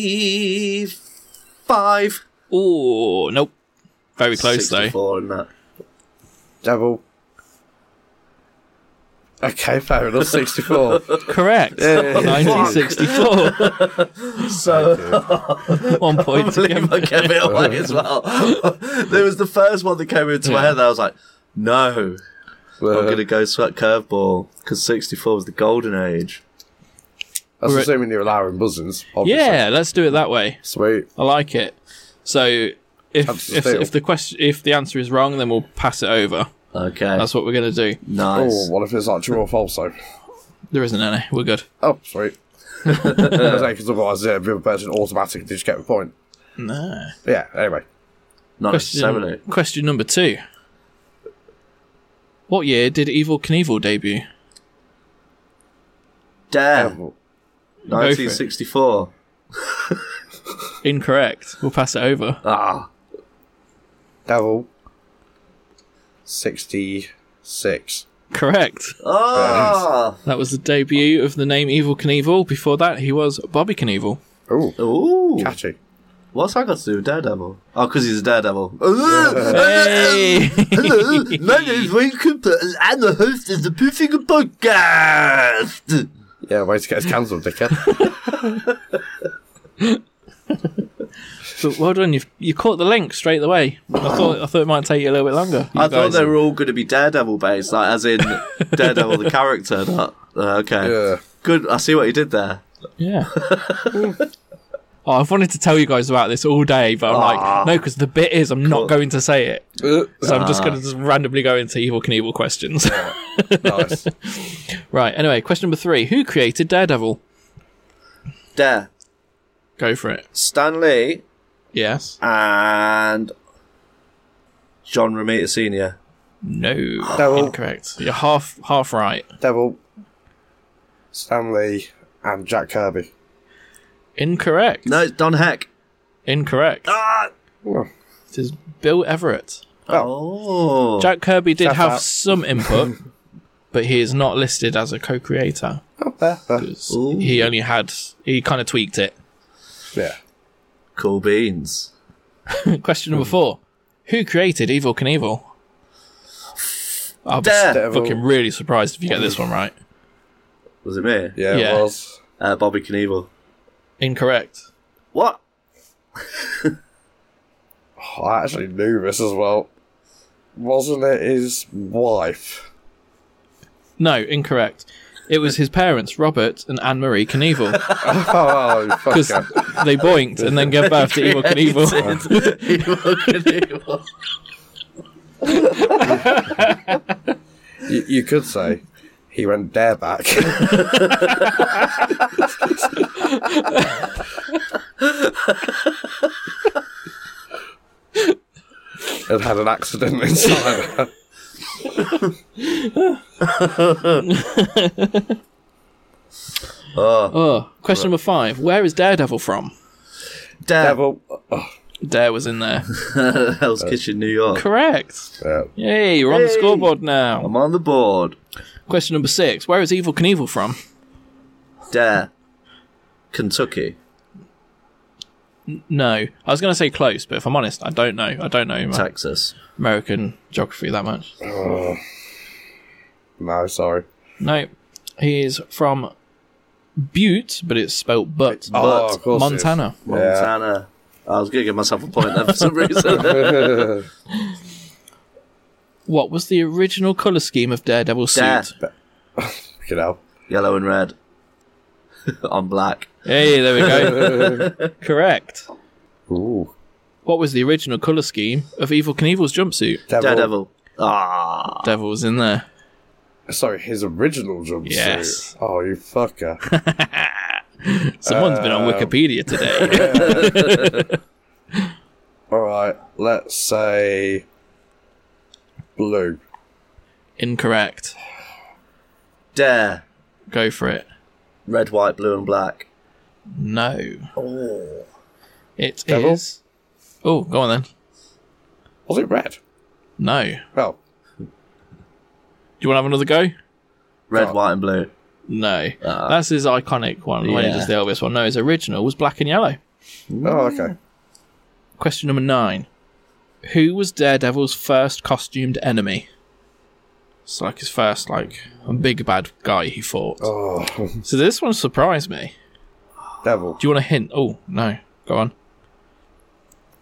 S1: 1965.
S2: Ooh, nope. Very close though.
S1: 64 and
S2: (laughs)
S1: that.
S3: Devil. Okay,
S1: (laughs)
S3: fair enough. 64.
S2: Correct. (laughs) 1964.
S1: So
S2: (laughs) One
S1: I
S2: point. to
S1: believe I
S2: Kemp.
S1: gave it away as well.
S2: (laughs)
S1: there was the first one that came into my
S2: Yeah.
S1: head. that I was like, no, I'm gonna
S3: Uh,
S1: go sweat curveball because 64 was the golden age.
S3: that's
S2: We're at-
S3: assuming you're allowing buzzings. Obviously.
S2: Yeah, let's do it that way.
S3: Sweet.
S2: I like it. So if
S3: That's
S2: if,
S3: still-
S2: if the question if the answer is wrong, then we'll pass it over.
S1: Okay,
S2: That's what we're gonna do.
S3: Oh,
S1: nice.
S3: what if it's like true or false, though?
S2: There isn't any. We're good.
S3: Oh, sweet. Because otherwise, yeah, the other person automatically just get the point.
S2: No.
S3: But yeah, anyway.
S1: Not necessarily.
S2: Question, question number two. What year did Evil Knievel debut?
S1: Dare
S3: Devil.
S1: 1964.
S2: Incorrect. We'll pass it over.
S1: Ah,
S3: Devil. 66.
S2: Correct.
S1: ah.
S2: That was the debut of the name Evil Knievel. Before that, he was Bobby Knievel.
S3: Ooh,
S1: Ooh,
S3: catchy.
S1: what's that got to do with Daredevil? Oh, because he's a Daredevil. (laughs)
S2: Hey!
S1: Hello, my name is Wayne Cooper, and I'm the host of the Poofing Podcast.
S3: Yeah, way to get us cancelled, dickhead.
S2: (laughs) But well done. You've, you caught the link straight away. I thought I thought it might take you a little bit longer. You
S1: I thought
S2: guys-
S1: they were all going to be Daredevil based, like as in Daredevil the character. Not uh, okay.
S3: yeah. (laughs)
S1: Good. I see what you did there. (laughs)
S2: Yeah. oh, I've wanted to tell you guys about this all day, but I'm
S1: Ah.
S2: like, no, because the bit is I'm not going to say it.
S3: Uh,
S2: So I'm
S1: Ah.
S2: just going to just randomly go into Evil Knievel questions. (laughs)
S3: nice.
S2: right. Anyway, question number three. Who created Daredevil?
S1: Dare
S2: Go for it.
S1: Stan Lee
S2: Yes.
S1: and John Romita Sr.
S2: No,
S3: Devil.
S2: incorrect. You're half half right.
S3: Devil, Stanley, and Jack Kirby.
S2: Incorrect.
S1: No, it's Don Heck.
S2: Incorrect.
S1: Ah!
S3: Oh,
S2: It is Bill Everett.
S1: Oh.
S2: Jack Kirby did
S3: Shout
S2: have
S3: out.
S2: some input, (laughs) but he is not listed as a co-creator.
S3: there, there.
S2: 'cause
S1: Ooh.
S2: He only had he kind of tweaked it. (clears throat)
S3: Yeah.
S1: Cool beans.
S2: Question number four: Who created Evil Knievel? I'll be
S1: Dare.
S2: s- fucking
S3: Devil.
S2: really surprised if you get this one right.
S1: Was it me?
S3: Yeah,
S2: Yeah.
S3: it was.
S1: Uh, Bobby Knievel.
S2: Incorrect.
S1: What? (laughs)
S3: Oh, I actually knew this as well. Wasn't it his wife?
S2: No, incorrect. It was his parents, Robert and Anne Marie Knievel,
S3: Oh, fuck
S2: because
S3: yeah.
S2: they boinked and then gave birth to
S3: (laughs)
S2: Evil Knievel.
S1: Created Evil Knievel.
S3: you, you could say he went bareback. and had an
S2: (laughs)
S3: accident inside.
S2: Oh, question number five: Where is Daredevil from?
S1: Devil.
S3: Devil. Oh.
S2: Dare was in there.
S1: Hell's Kitchen, New York.
S2: Correct.
S3: Yeah.
S2: Yay, you're on the scoreboard now.
S1: I'm on the board.
S2: Question number six: Where is Evil Knievel from?
S1: Dare. Kentucky.
S2: No, I was going to say close, but if I'm honest, I don't know. I don't know my
S1: Texas.
S2: American geography that much.
S3: No, sorry.
S2: No, he is from Butte, but it's spelt but
S3: Oh, of course it is.
S2: Montana.
S1: Montana. I was going to give myself a point there for some reason.
S2: What was the original color scheme of Daredevil's
S1: Dare.
S2: suit?
S3: (laughs) Fucking hell.
S1: Yellow and red. (laughs) on black.
S2: Hey, there we go. Correct.
S3: Ooh.
S2: What was the original color scheme of Evil Knievel's jumpsuit?
S3: Devil.
S1: Daredevil. Ah.
S2: Devil was in there.
S3: Sorry, his original jumpsuit.
S2: Yes.
S3: Oh, you fucker. (laughs)
S2: Someone's been on Wikipedia today.
S3: Alright, let's say. Blue.
S2: Incorrect.
S1: Dare.
S2: Go for it.
S1: Red, white, blue, and black.
S2: No. It is.
S3: Devil?
S2: Oh, go on then.
S3: Was it red?
S2: No. Do
S3: Well,
S2: you want to have another go?
S1: Red, white, and blue.
S2: No. That's his iconic one when he
S1: Yeah.
S2: does the Elvis one. No, his original was black and yellow.
S3: oh, okay.
S2: Question number nine. Who was Daredevil's first costumed enemy? It's like his first, like, big bad guy he fought.
S3: Oh,
S2: So this one surprised me.
S3: devil.
S2: Do you want a hint? Oh, no. Go on.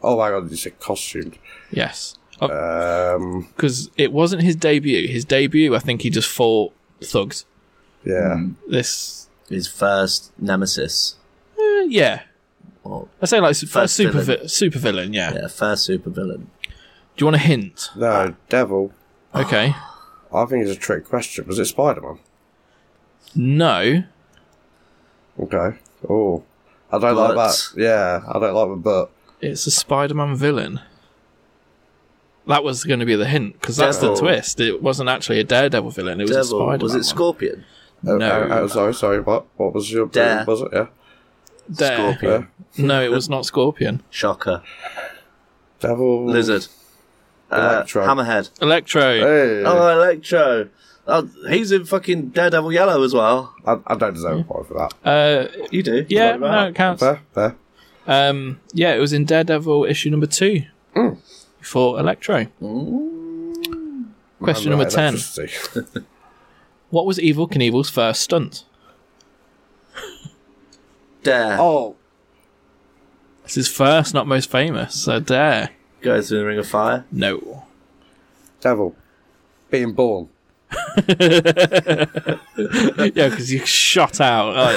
S3: Oh my god, you said costumed.
S2: Yes.
S3: Um,
S2: Because it wasn't his debut. His debut, I think he just fought thugs.
S3: yeah.
S2: Mm. This,
S1: His first nemesis.
S2: eh, yeah.
S1: Or,
S2: I say like su- first,
S1: First
S2: super
S1: villain.
S2: vi- super villain, yeah.
S1: yeah, first supervillain.
S2: Do you want a hint?
S3: No, devil.
S2: Okay.
S3: I think it's a trick question. Was it Spider Man?
S2: No.
S3: Okay. Oh, I don't like
S1: But-
S3: that. Yeah, I don't like the but.
S2: It's a Spider-Man villain. That was going to be the hint because that's the
S1: Devil.
S2: twist. It wasn't actually a Daredevil villain. It was a
S1: Devil.
S2: Spider-Man.
S1: Was it
S2: one.
S1: Scorpion?
S3: Oh,
S2: No.
S3: oh, oh, sorry, sorry. What? What was your?
S1: Dare.
S3: Was it? Yeah.
S2: Dare.
S1: Scorpion.
S2: No, it was not Scorpion.
S1: Shocker.
S3: Devil.
S1: Lizard. Uh,
S3: Electro.
S1: Hammerhead.
S2: Electro.
S3: Hey.
S1: Oh, Electro. Oh, he's in fucking Daredevil Yellow as well.
S3: I, I don't deserve a point for that.
S2: Uh,
S1: You do.
S2: yeah,
S1: Right,
S2: no,
S1: right.
S2: it counts.
S3: Fair, fair.
S2: Um, yeah, it was in Daredevil issue number two
S1: Mm.
S2: for Electro. Question number
S3: Right,
S2: ten:
S3: electricity. (laughs)
S2: What was Evil Knievel's first stunt?
S1: Dare.
S3: oh,
S2: It's his first, not most famous. So Dare.
S1: Go through the Ring of Fire.
S2: No. (laughs)
S3: devil. Being born.
S2: yeah, because you shot out like,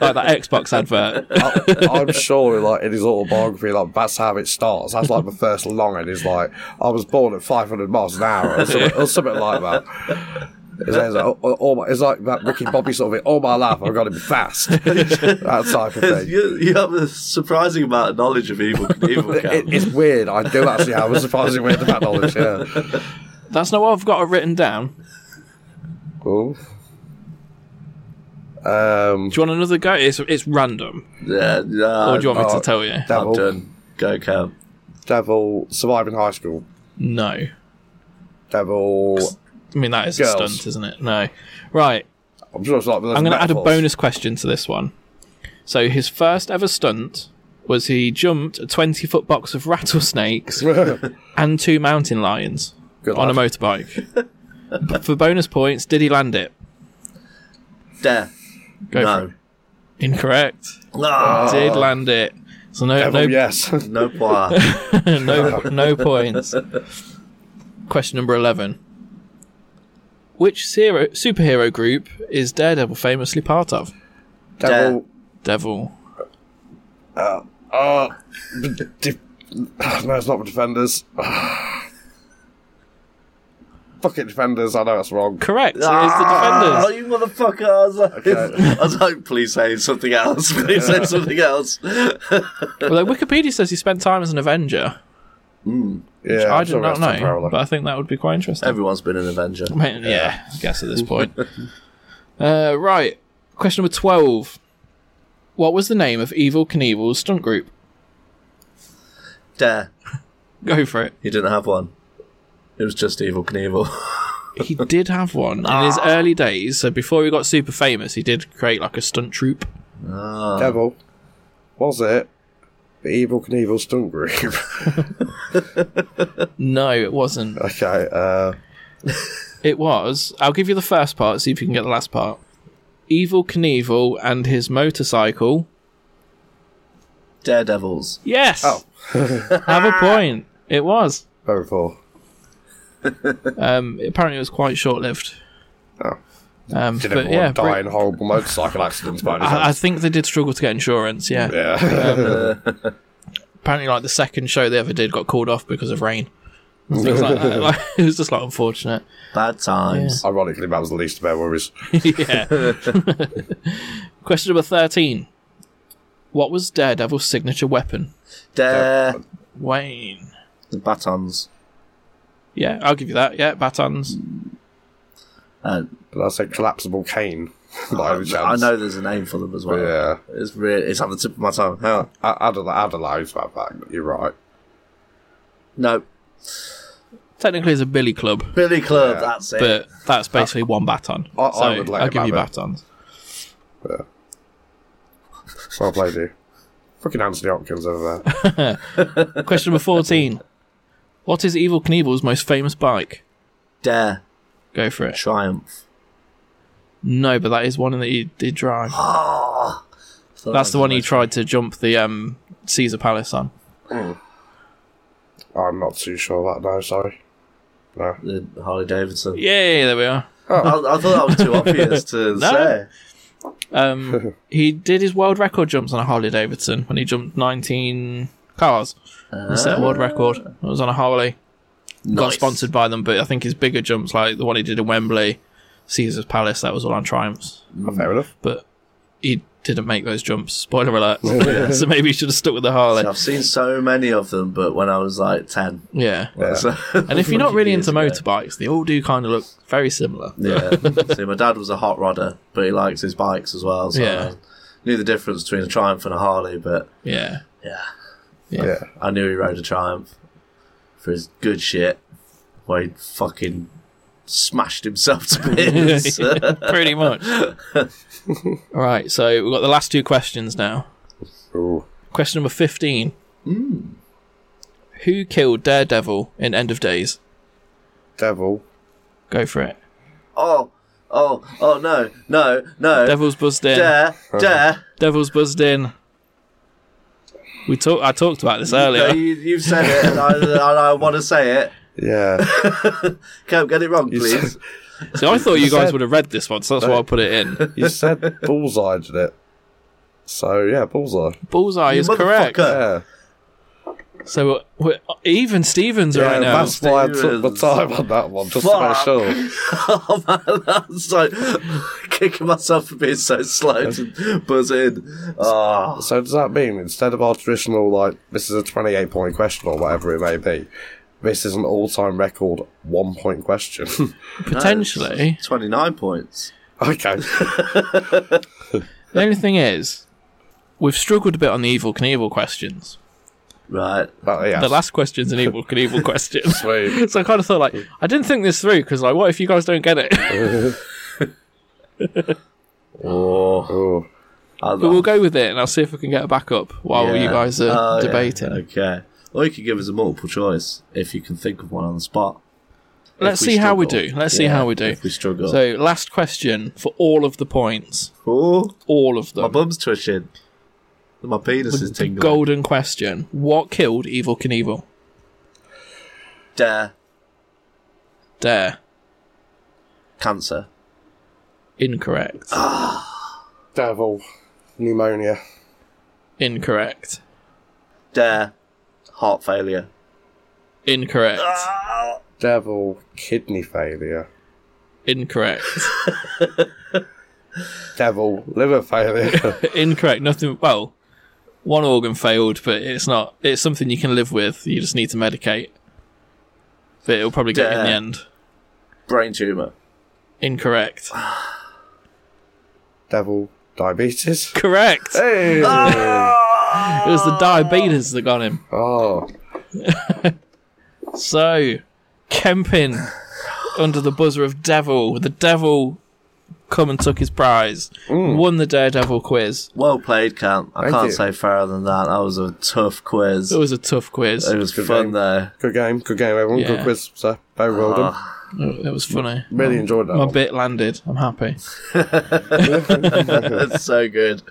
S2: like that Xbox advert.
S3: I, I'm sure, like in his autobiography, like that's how it starts. That's like the first line. Is like I was born at 500 miles an hour, or something, or something like that. His name's like, oh, oh, oh my, it's like that Ricky Bobby sort of thing. Oh my life, I've got to be fast. that type of thing.
S1: (laughs) You, you have a surprising amount of knowledge of
S3: (laughs)
S1: evil, evil
S3: It,
S1: camp.
S3: it's weird. I do actually have a surprising weird about knowledge. Yeah.
S2: That's not what I've got it written down.
S3: Cool. Um,
S2: Do you want another go? It's it's random.
S1: yeah, nah,
S2: Or do you want me
S3: uh,
S2: to tell you?
S1: I'm
S3: devil,
S1: done. Go camp.
S3: devil, surviving high school.
S2: No. I
S3: Devil.
S2: mean that is a
S3: Girls.
S2: stunt, isn't it? No. Right.
S3: I'm sure it's like.
S2: I'm going to add a bonus question to this one. So his first ever stunt was he jumped a 20 foot box of rattlesnakes and two mountain lions
S3: (laughs) Good
S2: on a
S3: lad.
S2: motorbike. But For bonus points, did he land it?
S1: Death.
S2: Go for
S1: No.
S2: it. Incorrect.
S1: Ah,
S2: Did land it. So no
S3: Devil,
S2: no,
S3: yes.
S1: no
S2: (laughs)
S1: point.
S2: no no points. Question number 11. Which zero, superhero group is Daredevil famously part of?
S3: (laughs) devil.
S2: Devil.
S3: Uh, de- (sighs) no, it's not the defenders. (sighs) Fuck it, defenders. I know that's wrong.
S2: Correct. it is the defenders.
S1: Ah, you motherfucker! I was, like,
S3: Okay.
S1: (laughs) I was like, please say something else. Please say something else.
S2: Although Wikipedia says he spent time as an Avenger.
S3: Yeah,
S2: I
S3: I'm
S2: did
S3: sure
S2: not
S3: that's not
S2: know,
S3: parallel.
S2: but I think that would be quite interesting.
S1: Everyone's been an Avenger.
S2: I mean, yeah. I guess at this point. (laughs) uh, right. Question number 12. What was the name of Evil Knievel's stunt group?
S1: Dare.
S2: Go for it.
S1: He didn't have one. It was just Evil Knievel. (laughs)
S2: He did have one in his early days. So before he got super famous, he did create like a stunt troupe.
S3: Devil. Was it the evil Knievel stunt group? (laughs)
S2: No, it wasn't.
S3: okay. Uh,
S2: It was. I'll give you the first part, see if you can get the last part. Evil Knievel and his motorcycle.
S1: Daredevils.
S2: Yes!
S3: Oh.
S2: (laughs) have a point. It was.
S3: very poor.
S2: Um, apparently, it was quite short lived.
S3: Oh.
S2: Um,
S3: Did
S2: but
S3: everyone
S2: yeah,
S3: die
S2: Brit-
S3: in horrible motorcycle accidents by any
S2: I,
S3: (laughs)
S2: I
S3: chance?
S2: think they did struggle to get insurance. Yeah.
S3: Yeah.
S2: Apparently, like the second show they ever did got called off because of rain. Things like that. (laughs)
S3: (laughs)
S2: Like, it was just like unfortunate.
S1: Bad times.
S3: (laughs) Ironically, that was the least of our worries.
S2: yeah. Question number thirteen: What was Daredevil's signature weapon?
S1: Dare.
S2: Wayne.
S1: The batons.
S2: Yeah, I'll give you that. Yeah, batons.
S1: Uh,
S3: But that's a collapsible cane. (laughs) by any
S1: I
S3: chance.
S1: know there's a name for them as well.
S3: Yeah.
S1: It's really, it's on the tip of my tongue. Hang on.
S3: I, I don't. I don't know about that. But you're right.
S1: No.
S2: Technically, it's a billy club,
S1: Billy Club, that's it.
S2: but that's basically one baton.
S3: I- I
S2: so
S3: would let
S2: I'll
S3: him
S2: give you
S3: have it.
S2: batons.
S3: Well played, you. Fucking Anthony Hopkins over there.
S2: Question number fourteen: What is Evil Knievel's most famous bike?
S1: Dare.
S2: Go for it.
S1: Triumph.
S2: No, but that is one that he did
S3: (sighs)
S2: drive.
S1: Thought
S2: That's
S1: that
S2: the
S1: was
S2: one he tried to jump the um, Caesar Palace on.
S3: I'm not too sure that now. Sorry. No.
S1: the Harley Davidson.
S2: Yay, there we are.
S1: I, I thought that was too obvious to
S2: (laughs)
S1: say. (laughs)
S2: Um, he did his world record jumps on a Harley Davidson when he jumped 19 cars and set a world record. It was on a Harley. Got
S1: Ah. Nice.
S2: sponsored by them, but I think his bigger jumps, like the one he did in Wembley, Caesar's Palace, that was all on Triumphs.
S3: Oh, Fair enough.
S2: But he didn't make those jumps. Spoiler
S1: (laughs)
S2: alert. (laughs) so maybe he should have stuck with the Harley.
S1: I've seen so many of them, but when I was like 10.
S2: Yeah.
S1: So- (laughs)
S2: And if you're not really
S1: Years
S2: into
S1: ago.
S2: motorbikes, they all do kind of look very similar.
S1: Yeah. See, my dad was a hot rodder, but he likes his bikes as well. So
S2: Yeah.
S1: I knew the difference between a Triumph and a Harley, but (laughs)
S2: Yeah.
S1: yeah,
S3: Yeah.
S1: I knew he rode a Triumph for his good shit, where he fucking smashed himself
S2: (laughs)
S1: to bits.
S2: Pretty much. right, so we've got the last two questions now.
S3: Ooh.
S2: Question number 15. Who killed Daredevil in End of Days?
S3: Devil.
S2: Go for it.
S1: (laughs) oh, oh, oh, no, no, no.
S2: Devil's buzzed in.
S1: dare, dare.
S2: Devil's buzzed in. We talk- I talked about this
S1: No,
S2: (laughs) earlier.
S1: you, you've said it, and I, and I want to say it.
S3: Yeah.
S1: Can't get it wrong, please.
S2: So I thought you guys would have read this one, so that's why I put it in.
S3: you said bullseye did it. So yeah, bullseye.
S2: Bullseye
S1: You
S2: is correct.
S1: motherfucker.
S3: Yeah.
S2: So uh, we're, we're even Stevens right now.
S3: that's why I took the time on that one, just
S1: Fuck.
S3: to make sure.
S1: Oh man, I'm (laughs) so kicking myself for being so slow to buzz in. Oh,
S3: So does that mean instead of our traditional like this is a twenty-eight point question or whatever it may be, this is an all-time record one-point question? (laughs)
S2: Potentially.
S1: 29 points.
S3: okay,
S2: The only thing is, we've struggled a bit on the Evil Knievel questions.
S1: Right.
S3: Well, yeah,
S2: The last question's an Evil Knievel question. (laughs)
S3: sweet.
S2: So I kind of thought like I didn't think this through because like what if you guys don't get it?
S1: Oh,
S3: Ooh.
S1: I'll-
S2: but we'll go with it and I'll see if we can get a backup while
S1: Yeah.
S2: you guys are
S1: Oh, yeah.
S2: debating.
S1: Okay. Or you could give us a multiple choice if you can think of one on the spot. If
S2: Let's see how we do. Let's see
S1: Yeah,
S2: how we do.
S1: If we struggle.
S2: So last question for all of the points,
S1: oh,
S2: all of
S1: my
S2: them.
S1: bum's twitching. My penis is tingling.
S2: Golden question: What killed Evil Knievel?
S1: Dare.
S2: Dare.
S1: Cancer.
S2: Incorrect.
S1: Ah.
S3: Devil, pneumonia,
S2: Incorrect.
S1: Dare. Heart failure.
S2: Incorrect.
S1: Ah.
S3: devil, kidney failure,
S2: Incorrect. (laughs)
S3: devil, liver failure. (laughs)
S2: Incorrect. Nothing. Well, one organ failed, but it's not. It's something you can live with. You just need to medicate. But it'll probably get you in the
S1: Dare.
S2: end.
S1: Brain tumour.
S2: Incorrect.
S3: devil, diabetes.
S2: Correct.
S3: Hey!
S2: Ah! It was
S1: Ah.
S2: the diabetes that got him.
S3: Oh,
S2: So, Kempin, under the buzzer of Devil, the Devil come and took his prize,
S1: Mm.
S2: won the Daredevil quiz.
S1: Well played, Camp. I
S3: Thank
S1: can't
S3: you.
S1: say fairer than that. That was a tough quiz.
S2: It was a tough quiz.
S1: It was
S3: Good
S1: fun
S3: game. (laughs)
S1: though.
S3: good game, good game, everyone.
S2: Yeah.
S3: Good quiz, sir. Very well done.
S2: It was funny.
S3: Really enjoyed that.
S2: My
S3: one.
S2: bit landed. I'm happy.
S1: That's so good.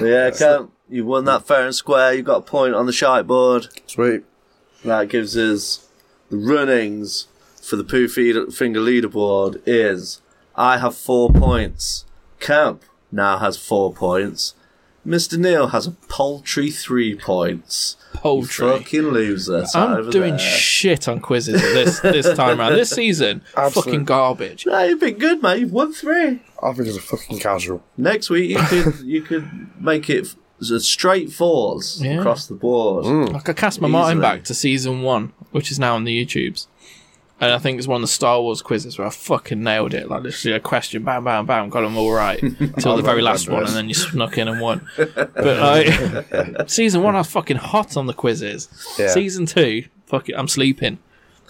S1: yeah, Camp, you won that fair and square. You got a point on the shite board.
S3: Sweet.
S1: That gives us the runnings for the poo feed- finger leaderboard is I have four points. Camp now has four points. Mr. Neil has a paltry three points.
S2: Poultry.
S1: Fucking loser. sat
S2: I'm
S1: over
S2: doing
S1: there.
S2: shit on quizzes this this time around.
S1: (laughs)
S2: This season,
S3: Absolute-
S2: fucking garbage.
S1: No, you've been good, mate. You've won three.
S3: I think it's a fucking casual.
S1: Next week you
S2: (laughs)
S1: could you could make it f- a straight fours
S2: Yeah.
S1: across the board.
S2: Like I cast my mind
S1: Easily.
S2: back to season one, which is now on the YouTubes, and I think it's one of the Star Wars quizzes where I fucking nailed it. Like literally a question, bam, bam, bam, got them all
S1: (laughs)
S2: right until the very last one,
S3: remember
S2: and then you snuck in and won. But like (laughs) season one, I was fucking hot on the quizzes.
S3: Yeah.
S2: Season two, fuck it, I'm sleeping.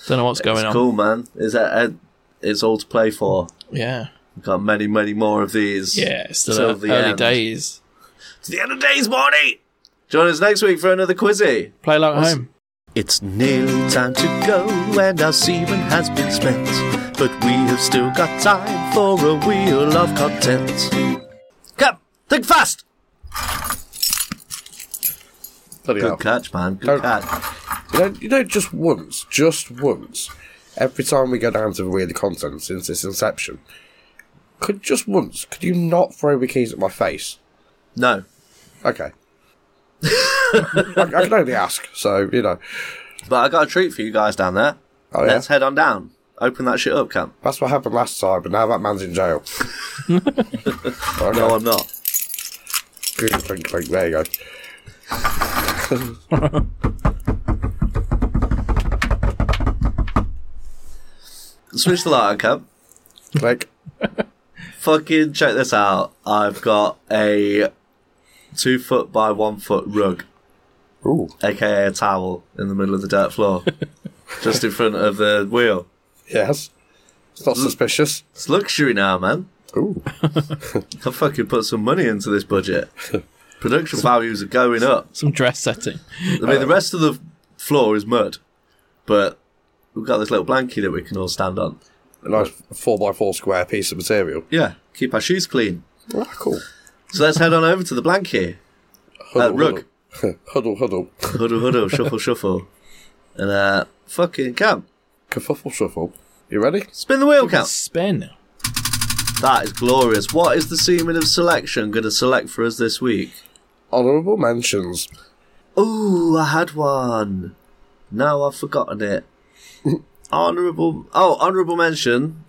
S2: Don't know what's going
S1: It's
S2: on.
S1: cool, man. Is that uh, it's all to play for.
S2: Yeah,
S1: We've got many, many more of these.
S2: yeah, it's still
S1: Till
S2: early
S1: end.
S2: days.
S1: It's the end of days, Marty. Join us next week for another quizzy.
S2: Play like home.
S1: It's nearly time to go, and our semen has been spent. But we have still got time for a wheel of content. Come, think fast.
S3: Bloody
S1: Good
S3: hell.
S1: catch, man. Good
S3: Don't-
S1: catch.
S3: You know, you know, just once, just once, every time we go down to the weird content since its inception, could just once, could you not throw the keys at my face?
S1: No,
S2: (laughs)
S3: Okay. I, I can only ask, so, you know,
S1: But I got a treat for you guys down there.
S3: Oh, yeah?
S1: Let's head on down. Open that shit up, Cam.
S3: that's what happened last time, but now that man's
S1: (laughs)
S3: in jail.
S1: No, I'm not.
S3: Clink, clink, clink, there you go.
S1: Switch the light on, Cam.
S3: Click.
S1: Fucking check this out. I've got a two foot by one foot rug,
S3: Ooh.
S1: aka a towel, in the middle of the dirt
S3: (laughs)
S1: floor, just in front of the wheel.
S3: Yes. It's
S1: Mm.
S3: not suspicious.
S1: It's luxury now, man.
S3: Ooh.
S1: I fucking put some money into this
S3: (laughs)
S1: budget. Production values are going up.
S2: Some dress setting.
S1: I mean, the
S3: Uh.
S1: rest of the floor is mud, but we've got this little blankie that we can all stand on.
S3: A nice 4x4 square piece of material.
S1: Yeah, keep our shoes clean.
S3: Ah, cool.
S1: So let's head on over to the blankie. Uh, rug.
S3: Huddle, (laughs) huddle. huddle.
S1: Huddle, huddle, shuffle, shuffle. And uh, fucking camp.
S3: Kerfuffle shuffle. You ready?
S1: Spin the wheel, camp.
S2: Spin.
S1: That is glorious. What is the semen of selection going to select for us this week?
S3: Honourable mentions.
S1: Ooh, I had one. No, I've forgotten it. honorable. Oh, honorable mention.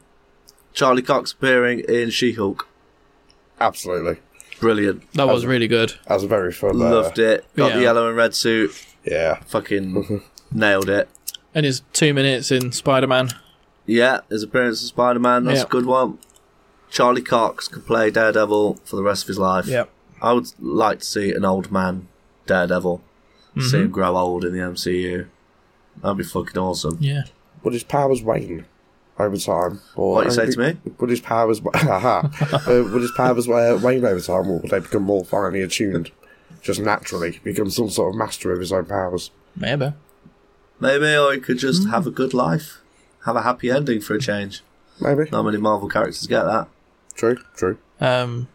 S1: Charlie Cox appearing in She-Hulk.
S3: Absolutely.
S1: Brilliant.
S2: That was really good.
S3: That was very fun. uh,
S1: Loved it. Got the
S2: Yeah.
S1: yellow and red suit.
S3: Yeah.
S1: Fucking nailed it.
S2: And his two minutes in Spider Man.
S1: Yeah, his appearance as Spider Man, that's
S2: Yeah.
S1: a good one. Charlie Cox could play Daredevil for the rest of his life. I would like to see an old man Daredevil. See
S2: Mm-hmm.
S1: him grow old in the MCU. That'd be fucking awesome.
S2: Yeah.
S3: Would his powers wane over time? Or
S1: What you say to me?
S3: Would his powers, (laughs) haha, uh, would his powers uh, wane over time, or would they become more finely attuned, just naturally, become some sort of master of his own powers?
S2: Maybe.
S1: Maybe I could just
S2: Mm-hmm.
S1: have a good life. Have a happy ending for a change.
S3: Maybe.
S1: Not many Marvel characters get that.
S3: True. True.
S2: Um,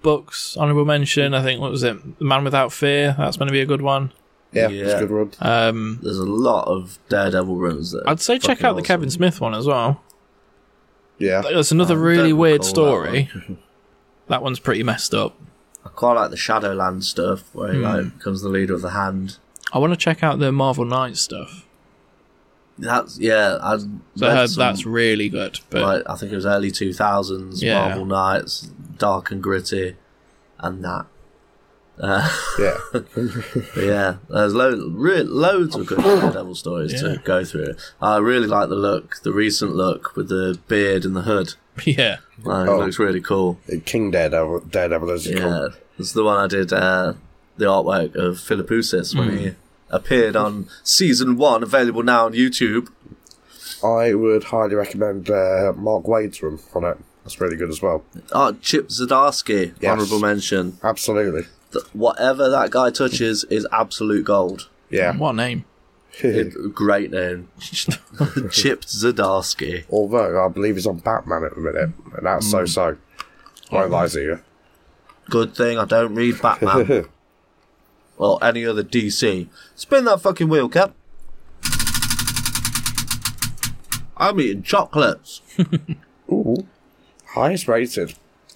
S2: books, honourable mention. I think, what was it? The Man Without Fear. That's going to be a good one.
S3: Yeah,
S1: Yeah.
S3: it's a good one.
S2: Um,
S1: There's a lot of Daredevil runs that.
S2: I'd say check
S1: fucking
S2: out the
S1: awesome.
S2: Kevin Smith one as well.
S3: Yeah,
S2: That's another
S1: I
S2: really
S1: don't
S2: weird
S1: recall that
S2: story. (laughs)
S1: (laughs)
S2: That, one's pretty messed up.
S1: I quite like the Shadowland stuff where he
S2: Mm.
S1: like becomes the leader of the Hand.
S2: I want to check out the Marvel Knights stuff.
S1: That's yeah. I
S2: So I heard
S1: um,
S2: that's really good. But
S1: like I think it was early two thousands.
S2: Yeah.
S1: Marvel Knights, dark and gritty, and that.
S3: yeah.
S1: But yeah, there's lo- re- loads of good Daredevil stories
S2: Yeah.
S1: to go through. I really like the look, the recent look with the beard and the hood.
S2: (laughs) yeah,
S1: Like,
S3: Oh.
S1: It looks really cool.
S3: King Daredevil, Daredevil as it's
S1: Yeah,
S3: called.
S1: it's the one I did uh, the artwork of Philip Usis when
S3: Hmm.
S1: he appeared on season one, available now on YouTube.
S3: I would highly recommend uh, Mark Wade's run on it. That's really good as well.
S1: Oh, Chip Zdarsky,
S3: Yes.
S1: honorable mention.
S3: Absolutely.
S1: Th- whatever that guy touches is absolute gold.
S3: Yeah.
S2: what a name? (laughs)
S1: It- great name, (laughs) Chip Zdarsky.
S3: Although I believe he's on Batman at the minute, and that's so so.
S1: Hmm.
S3: Won't lie to you.
S1: Good thing I don't read
S3: (laughs)
S1: Batman or any other DC. Spin that fucking wheel, Cap. I'm eating chocolates.
S3: Ooh. Highest rated.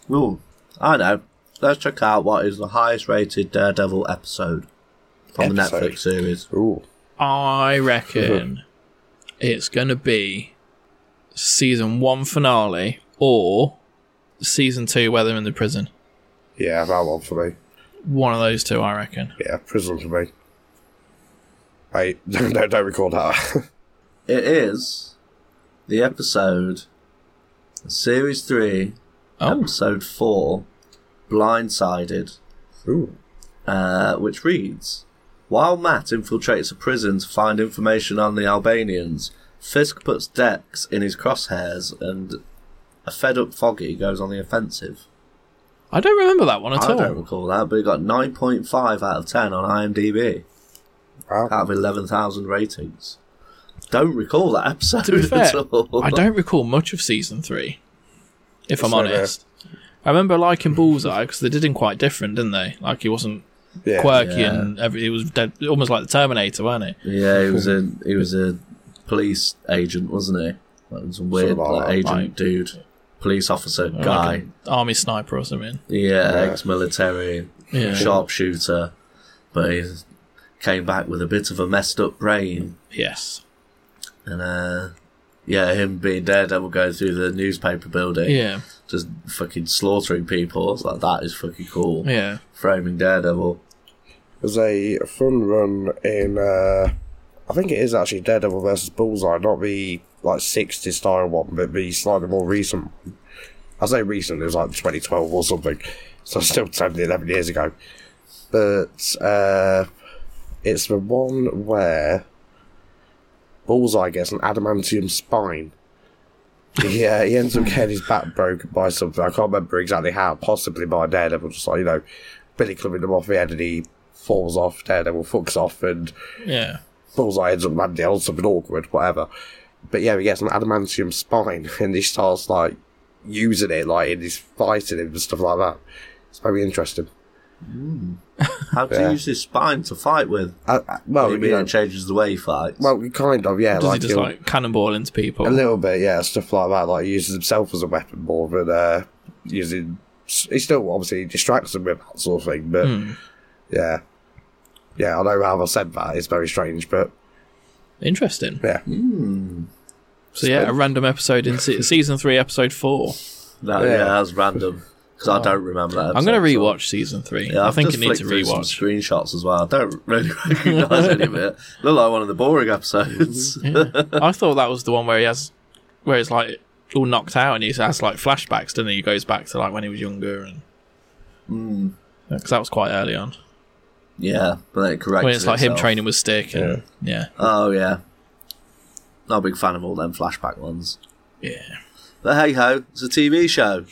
S1: Ooh, I know. Let's check out what is the highest rated Daredevil episode from the
S3: Episode.
S1: Netflix series.
S3: Ooh.
S2: I
S1: (laughs)
S2: reckon it's going to be season one finale or season two where they're in the prison.
S3: Yeah, that one for me.
S2: One of those two, I reckon.
S3: Yeah, prison for me. I (laughs) don't, don't record that. (laughs)
S1: It is the episode, series three,
S2: Oh,
S1: episode four, Blindsided.
S3: Ooh.
S1: uh, which reads While Matt infiltrates a prison to find information on the Albanians, Fisk puts Dex in his crosshairs and a fed up Foggy goes on the offensive.
S2: I don't remember that one at
S1: I
S2: all.
S1: don't recall that, but it got 9.5 out of 10 on IMDb
S3: Wow.
S1: out of 11,000 ratings. Don't recall that episode
S2: to be fair,
S1: at all.
S2: I don't recall much of season three, if I'm
S3: It's over.
S2: honest. I remember liking Bullseye because they did him quite different, didn't they? Like he wasn't
S3: Yeah.
S2: quirky
S1: Yeah.
S2: and every, he was dead, almost like the Terminator, weren't
S1: (laughs)
S2: he?
S1: Yeah, he was a he was a police agent, wasn't he? Like, some weird
S3: Sort of
S1: like,
S3: like-
S1: agent
S2: like-
S1: dude, police officer
S2: Or
S1: guy.
S2: like an army sniper or something.
S1: Yeah,
S3: Yeah.
S1: ex-military, (laughs)
S2: Yeah,
S1: sharpshooter, but he came back with a bit of a messed up brain,
S2: yes,
S1: and uh, yeah, him being Daredevil going through the newspaper building,
S2: yeah,
S1: just fucking slaughtering people. It's like that is fucking cool.
S2: yeah.
S1: Framing Daredevil.
S3: There's a fun run in. Uh, I think it is actually Daredevil versus Bullseye, not the like 60s style one, but the slightly more recent. one. I say recent, it was like 2012 or something, so still 10, 11 years ago. But uh, it's the one where Bullseye gets an adamantium spine. Yeah, he ends up getting his back broken by something. I can't remember exactly how, possibly by Daredevil, just like, you know, Billy clipping him off the head and he falls off, Daredevil fucks off, and
S2: Yeah.
S3: Bullseye ends up landing on something awkward, whatever. But yeah, he gets an adamantium spine (laughs) and he starts, like, using it, like, and he's fighting him and stuff like that. It's very interesting.
S1: How to
S3: Yeah.
S1: use his spine to fight with?
S3: Uh, uh, well,
S1: Maybe
S3: you know,
S1: that changes the way he fights.
S3: well, kind of, yeah.
S2: Does he just
S3: he'll-
S2: like cannonball into people?
S3: A little bit, yeah, stuff like that. Like he uses himself as a weapon more than uh, using. He still obviously distracts them with that sort of thing, but yeah, Yeah, I know how I said that. It's very strange, but
S2: Interesting.
S3: yeah.
S2: So yeah, a random episode in se- season three, episode four.
S1: That,
S3: Yeah.
S1: yeah. that was random because I don't remember that.
S2: Oh. I'm going to
S1: episode, so-
S2: rewatch season three.
S1: Yeah,
S2: I
S1: I've
S2: think it
S1: just
S2: needs a
S1: flicked through some
S2: rewatch.
S1: Screenshots as well. I don't (laughs)
S2: (laughs)
S1: really recognise any of it. Look like one of the boring episodes.
S2: (laughs) I thought that was the one where he has, where he's like all knocked out and he has like flashbacks, doesn't he? He goes back to like when he was younger and. Hmm. Because that was quite early on.
S1: yeah, but then it corrects.
S2: When it's like him
S1: itself.
S2: training with Stick. And, yeah.
S1: Oh yeah, not a big fan of all them flashback ones.
S2: Yeah.
S1: But hey ho, it's a TV show.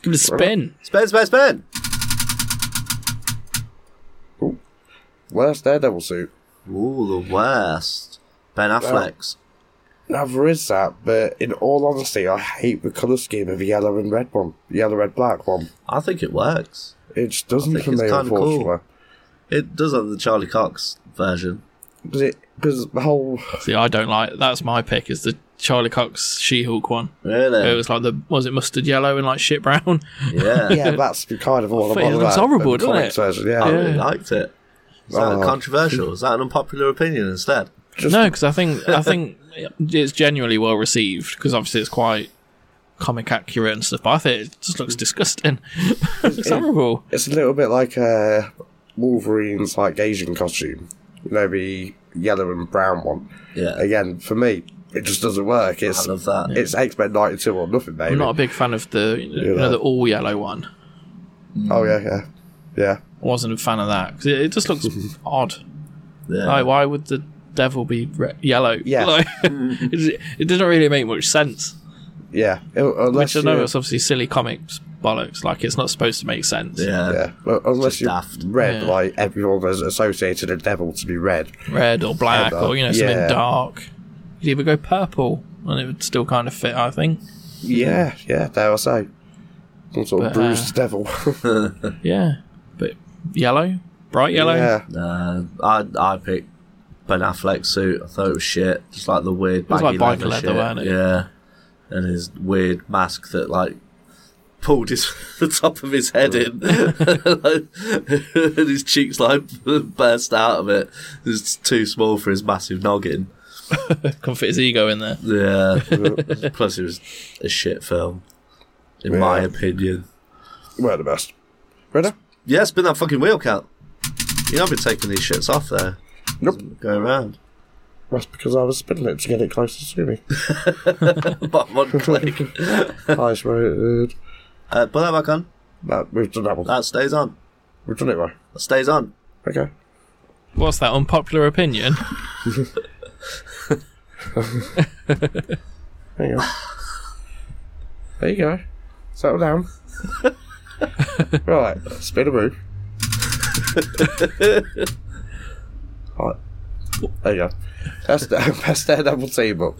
S2: Give it a spin.
S1: Spin, spin, spin.
S3: Where's Daredevil suit?
S1: Ooh, the worst. Ben Affleck's.
S3: Now there is that, but in all honesty, I hate the colour scheme of the yellow and red one, the yellow, red, black one.
S1: I think it works.
S3: It just doesn't
S1: think
S3: for
S1: it's
S3: me,
S1: kinda
S3: unfortunately.
S1: cool. It does have the Charlie Cox version.
S3: Because it, because the whole (laughs)
S2: See, I don't like. That's my pick. Is the Charlie Cox She-Hulk one.
S1: Really?
S2: It was like the was it mustard yellow and like shit (laughs) brown.
S3: (laughs)
S1: yeah.
S3: yeah, that's kind of all
S2: I
S3: I'm
S2: thought
S3: on
S2: it looks
S3: about,
S2: horrible,
S3: the
S2: doesn't
S3: comics
S2: it?
S3: version, yeah.
S1: I really
S2: Yeah.
S1: liked it. Is that
S3: Oh.
S1: controversial? Is that an unpopular opinion instead?
S3: Just-
S2: no, because I think I think it's genuinely well received because obviously it's quite comic accurate and stuff. But I think it just looks disgusting. Hmm. (laughs) it looks horrible.
S3: It's a little bit like uh, Wolverine's like Asian costume, you know, the yellow and brown one.
S1: Yeah.
S3: Again, for me, it just doesn't work. It's
S1: I love that.
S3: It's X Men '92 or nothing, baby.
S2: I'm not a big fan of the you know,
S3: that.
S2: the all yellow one.
S3: Oh yeah, yeah, yeah.
S2: I wasn't a fan of that because it, it just looks odd.
S1: Yeah.
S2: Like, why would the devil be re- yellow? (laughs)
S3: Yeah.
S2: Like, it, it doesn't really make much sense.
S3: Yeah, U- unless
S2: Which I know
S3: you,
S2: it's obviously silly comics bollocks. Like it's not supposed to make sense.
S1: yeah.
S3: yeah, well, unless
S1: just
S3: you
S1: daft.
S3: red,
S2: Yeah.
S3: like everyone has associated a devil to be red.
S2: Red or black
S3: Ever.
S2: or you know something
S3: Yeah.
S2: dark. You'd either go purple and it would still kind of fit. I think.
S3: Yeah, yeah, dare I say, some sort of
S2: But, uh,
S3: bruised devil. (laughs)
S2: Yeah, but yellow, bright yellow.
S3: yeah,
S1: Nah, Uh, I I picked Ben Affleck's suit. I thought it was shit. Just like the weird
S2: was
S1: baggy
S2: like
S1: leather,
S2: biker leather,
S1: shit.
S2: weren't it?
S1: Yeah, and his weird mask that like pulled his (laughs) the top of his head in, (laughs) and his cheeks like (laughs) burst out of it. It's too small for his massive noggin.
S2: Can fit his ego in there.
S3: (laughs)
S1: Yeah. Plus, it was a shit film, in my
S3: Yeah.
S1: opinion.
S3: we're the best. Ready?
S1: Yeah, spin that fucking wheel, Cal. You know I've been taking these shits off there.
S3: Nope.
S1: Go around. (laughs)
S3: That's because I was spinning it to get it closer to me.
S1: But one click.
S3: Highest rated.
S1: Uh, put that back on.
S3: That we've done that one.
S1: That stays on.
S3: We've done it right.
S1: That stays on. (laughs)
S3: Okay.
S2: What's that unpopular opinion? (laughs)
S3: Hang (laughs) on. there you go. Settle down. (laughs) right, spin a (laughs) move. right. There you go. That's the best (laughs) daredevil team up.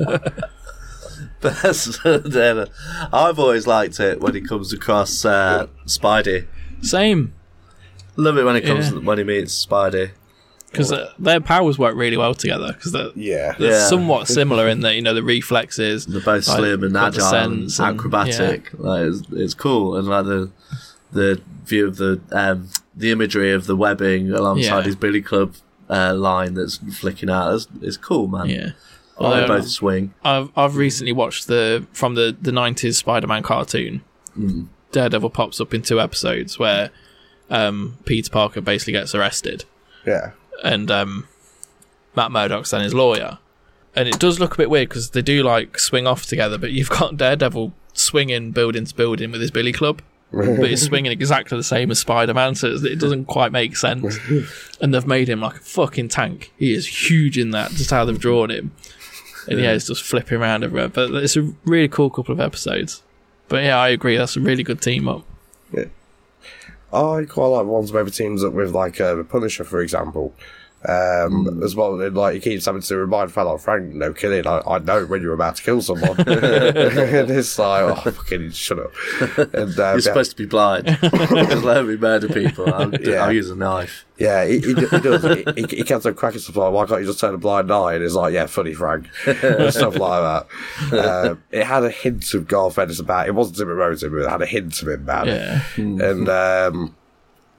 S1: Best ever. I've always liked it when he comes across uh, Spidey.
S2: Same.
S1: Love it when it comes
S2: Yeah.
S1: when he meets Spidey.
S2: Because uh, their powers work really well together. Because they're,
S3: Yeah.
S2: they're
S1: Yeah.
S2: somewhat similar in that you know the reflexes.
S1: They're both
S2: like,
S1: slim and
S2: got the
S1: agile and
S2: sense
S1: acrobatic. Like it's, it's cool and like the the view of the um, the imagery of the webbing alongside
S2: Yeah.
S1: his Billy Club uh, line that's flicking out. It's, it's cool, man.
S2: yeah. Um, yeah.
S1: They
S2: Although-
S1: both swing.
S2: I've I've recently watched the from the the nineties Spider Man cartoon.
S1: Mm.
S2: Daredevil pops up in two episodes where um, Peter Parker basically gets arrested,
S3: Yeah.
S2: and um, Matt Murdock's then his lawyer. And it does look a bit weird because they do like swing off together, but you've got (laughs) Daredevil swinging building to building with his billy club, but he's swinging exactly the same as Spider Man, so it's- it doesn't quite make sense. And they've made him like a fucking tank. He is huge in that, just how they've drawn him. And yeah, it's just flipping around everywhere. But it's a really cool couple of episodes. But yeah, I agree. That's a really good team up.
S3: I quite like the ones where the teams up with like uh, the Punisher, for example. Um,
S1: Hmm.
S3: As well, and, like he keeps having to remind fella like, Frank, no killing. I, I know when you're about to
S1: (laughs)
S3: kill someone. (laughs) and it's like, oh, fucking shut up. And, uh,
S1: You're supposed to be
S2: (laughs)
S1: blind. (laughs) Just let me murder people. I'll, do-
S3: Yeah.
S1: I'll use a knife.
S3: Yeah, he, he, he does. he, he, he comes up cracking stuff like, why can't you just turn a blind eye? And it's like, yeah, funny, Frank. and stuff like
S1: (laughs)
S3: that. Um, it had a hint
S2: Hmm.
S3: of Garth Ennis about it. wasn't Tim Rosen, but it had a hint of him, man.
S2: Yeah.
S3: And um,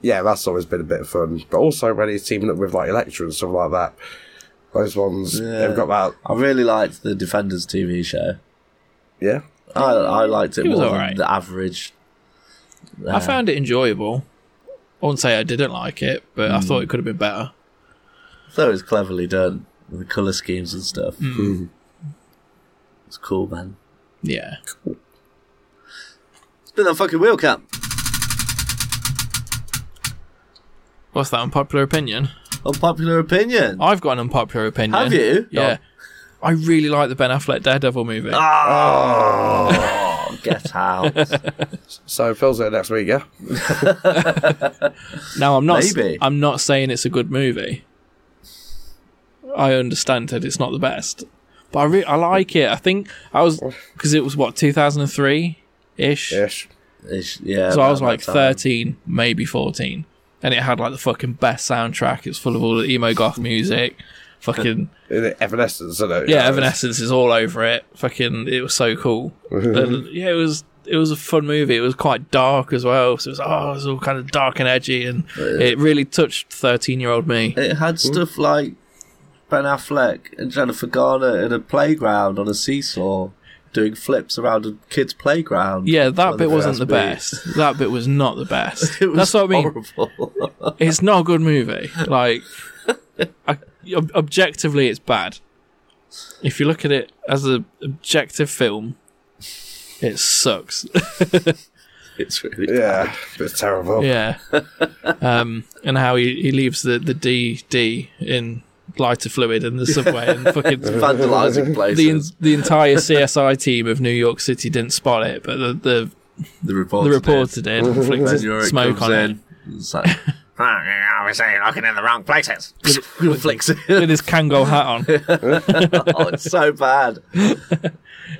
S3: yeah, that's always been a bit of fun. But also when he's teaming up with like Electra and stuff like that, those ones they've got that.
S1: I really liked the Defenders TV show.
S3: Yeah,
S1: I, I liked it,
S2: It was
S1: more
S2: alright.
S1: than the average.
S2: I found it enjoyable. I wouldn't say I didn't like it, but I thought it could have been better.
S1: I thought it was cleverly done, the colour schemes and stuff.
S2: Hmm.
S1: (laughs) It's cool, man.
S2: Yeah.
S1: Spin that fucking wheel cap.
S2: What's that unpopular opinion?
S1: Unpopular opinion.
S2: I've got an unpopular opinion.
S1: Have you? Ah,
S2: Yeah. I really like the Ben Affleck Daredevil movie.
S1: Oh, get
S2: (laughs)
S1: out.
S3: so Phil's there next week. Yeah,
S2: Now I'm not.
S1: Maybe.
S2: I'm not saying it's a good movie. I understand that it's not the best, but I re- I like it. I think I was because it was what 2003 ish.
S3: ish.
S1: It's- yeah.
S2: So I was
S1: around
S2: like
S1: that time.
S2: 13, maybe 14, and it had like the fucking best soundtrack. It's full of all the emo goth music. Fucking
S3: Is it Evanescence, isn't it?
S2: yeah, Evanescence is all over it. Fucking, it was so cool.
S1: Mm-hmm.
S2: And, yeah, it was. It was a fun movie. It was quite dark as well. So it was oh, it was all kind of dark and edgy, and
S1: Oh,
S2: it really touched thirteen-year-old me.
S1: It had stuff like Ben Affleck and Jennifer Garner in a playground on a seesaw doing flips around a kid's playground.
S2: Yeah,
S1: One
S2: that
S1: of
S2: bit wasn't
S1: first
S2: the
S1: beats.
S2: best. That bit was not the
S1: (laughs)
S2: best.
S1: It was
S2: That's what I mean.
S1: horrible. (laughs)
S2: It's not a good movie. Like, I, ob- objectively, it's bad. If you look at it as an objective film, it sucks.
S1: it's really
S3: yeah, it's terrible.
S2: yeah.
S1: (laughs)
S2: Um, and how he, he leaves the, the D D in lighter fluid in the subway
S1: (laughs)
S2: and fucking
S1: vandalizing places.
S2: the en- the entire CSI team of New York City didn't spot it, but the the,
S1: the reporter.
S2: the reporter did. and
S1: (laughs)
S2: flicked
S1: Then Yorick
S2: smoke
S1: comes
S2: on it.
S1: in. It's like, (laughs)
S5: Oh, I was saying, looking in the wrong places.
S1: flicks
S2: (laughs)
S1: it.
S2: With his Kangol hat on.
S1: (laughs) oh, it's so
S2: (laughs)
S1: bad. And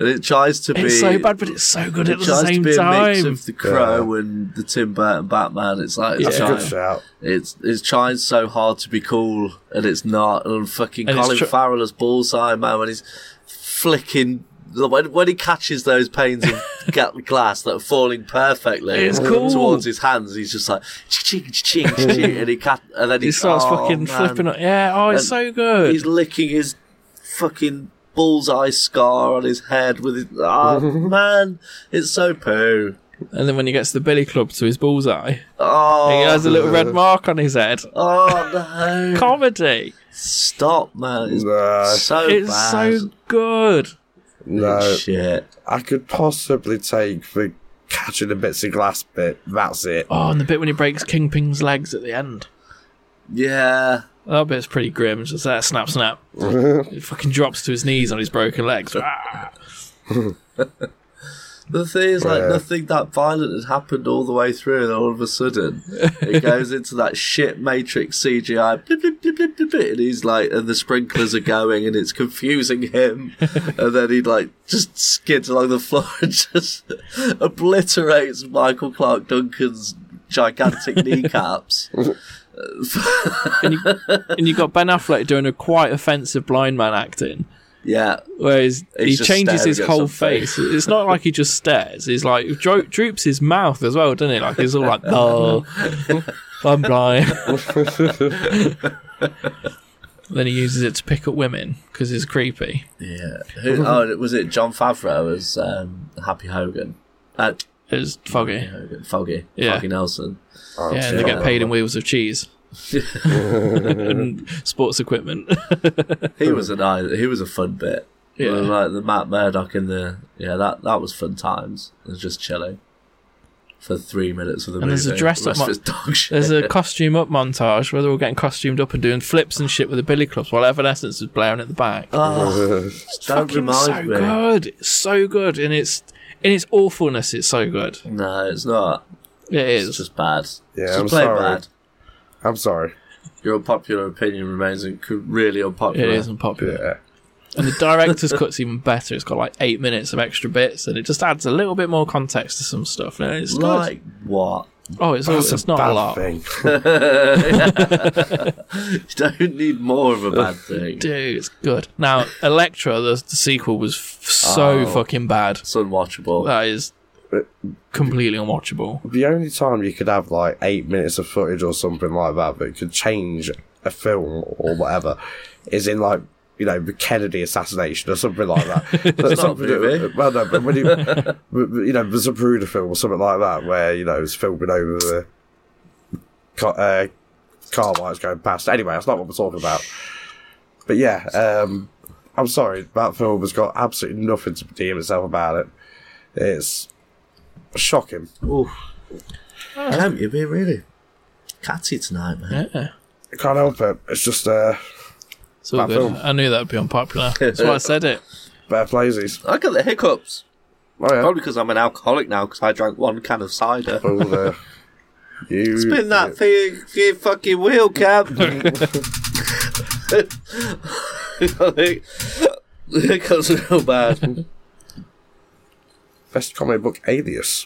S1: it tries to be.
S2: It's so bad, but it's so good
S1: It
S2: at the
S1: tries to
S2: same
S1: be a mix
S2: time.
S1: of the Crow and the Tim Burton Batman. It's like it's,
S2: Yeah.
S3: Good
S1: trying,
S3: shout.
S1: it's it's trying so hard to be cool, and it's not. And fucking
S2: And it's
S1: Colin
S2: tr-
S1: Farrell as Bullseye man when he's flicking when, when he catches those panes
S2: (laughs)
S1: of ga- glass that are falling perfectly
S2: It's cool.
S1: towards his hands, he's just like ching ching ching, and he cat and then he,
S2: He starts
S1: oh,
S2: fucking
S1: man.
S2: flipping up. Yeah, oh, it's
S1: And
S2: so good.
S1: He's licking his fucking bullseye scar on his head with his.
S2: (laughs)
S1: Ah, man, it's so poo.
S2: And then when he gets the belly club to his bullseye,
S1: Oh,
S2: he has a little red mark on
S1: (laughs)
S2: his head.
S1: oh no.
S2: Comedy.
S1: Stop, man. It's
S3: No,
S1: so
S2: It's
S1: bad.
S2: so good.
S3: no.
S1: Shit.
S3: I could possibly take the catching the bits of glass bit. That's it.
S2: (laughs)
S3: (laughs)
S2: Oh, and the bit when he breaks Kingpin's legs at the end.
S1: Yeah.
S2: That bit's pretty grim. It's just that
S1: (laughs)
S2: snap, snap. he fucking drops to his knees on his broken legs. Ah.
S1: The thing is, like,
S3: Yeah.
S1: nothing that violent had happened all the way through, and all of a sudden,
S2: (laughs)
S1: it goes into that shit Matrix CGI, blip, blip, blip, blip, blip, blip, and he's like, and the sprinklers are going, and it's confusing
S2: (laughs)
S1: him, and then he like just skids along the floor (laughs) and just obliterates Michael Clark Duncan's
S2: (laughs)
S1: gigantic kneecaps.
S2: and you got Ben Affleck doing a quite offensive blind man acting.
S1: Yeah,
S2: Whereas
S1: He's
S2: he
S1: just
S2: changes his
S1: staring at
S2: whole
S1: something.
S2: face. It's not like he just stares. He's like dro- droops his mouth as well, doesn't he? Like he's
S1: (laughs)
S2: all like, "Oh, I'm blind." then he uses it to pick up women because he's creepy.
S1: yeah. Who, oh, was it John Favreau as um, Happy Hogan? Uh,
S2: It's foggy.
S1: Hogan, Foggy,
S2: Yeah.
S1: Foggy Nelson.
S2: yeah, and they get paid in wheels
S1: (laughs)
S2: of cheese (laughs) and sports equipment.
S1: He was an eye. He was a fun bit. Yeah,
S2: Yeah.
S1: like the Matt Murdock in the yeah that that was fun times. It was just chilling for three minutes of the
S2: And
S1: movie.
S2: there's a dressed
S1: The
S2: up
S1: rest of
S2: mo-
S1: it's dog shit. (laughs)
S2: There's a costume up montage where they're all getting costumed up and doing flips and shit with the billy clubs while Evanescence is blaring at the back.
S1: Oh, don't
S2: fucking
S1: remind
S2: so
S1: me.
S2: good. It's so good, and it's in its awfulness, it's so good.
S1: No, it's not.
S2: It
S1: It's
S2: is.
S1: just bad.
S3: Yeah,
S1: just
S3: I'm
S1: plain
S3: sorry.
S1: bad.
S3: I'm sorry.
S1: Your unpopular opinion remains inc- really
S2: It
S1: unpopular.
S2: is unpocular.
S3: Yeah.
S2: And the director's cut's even better. It's got like eight minutes of extra bits, and it just adds a little bit more context to some stuff. And it's good.
S1: Like what? (laughs)
S2: oh, it's all,
S3: That's
S2: it's not
S3: bad
S2: a lot.
S3: Thing.
S1: You don't need more of a
S2: (laughs)
S1: bad thing.
S2: Dude, it's good. Now, Electra, the, the sequel was f- so fucking bad.
S1: It's unwatchable.
S2: That is completely unwatchable.
S3: the only time you could have like eight minutes of footage or something like that that could change a film or whatever is in like you know the Kennedy assassination or something
S1: (laughs)
S3: like that. That's
S1: not a
S3: something that-
S1: movie.
S3: (laughs) well, no, but
S1: (laughs)
S3: when you but- but, you know the Zapruder film or something like that where you know it's filming over the car, uh, car while it's going past. Anyway, that's not what we're talking about. But yeah, um, I'm sorry that film has got absolutely nothing to redeem itself about it. It's shocking.
S1: Damn, you've been really catty tonight, man.
S2: Yeah,
S3: I can't help it. It's just uh,
S2: it's all
S3: Bad
S2: good.
S3: film.
S2: I knew that would be unpopular. That's why I said it.
S3: bad plaisies.
S1: I got the hiccups.
S3: Oh, yeah.
S1: Probably because I'm an alcoholic now because I drank one can of (laughs) cider.
S3: Oh, there. You
S1: Spin that thing, you fucking wheel cap. (laughs) the hiccups are real bad.
S3: best comic book alias.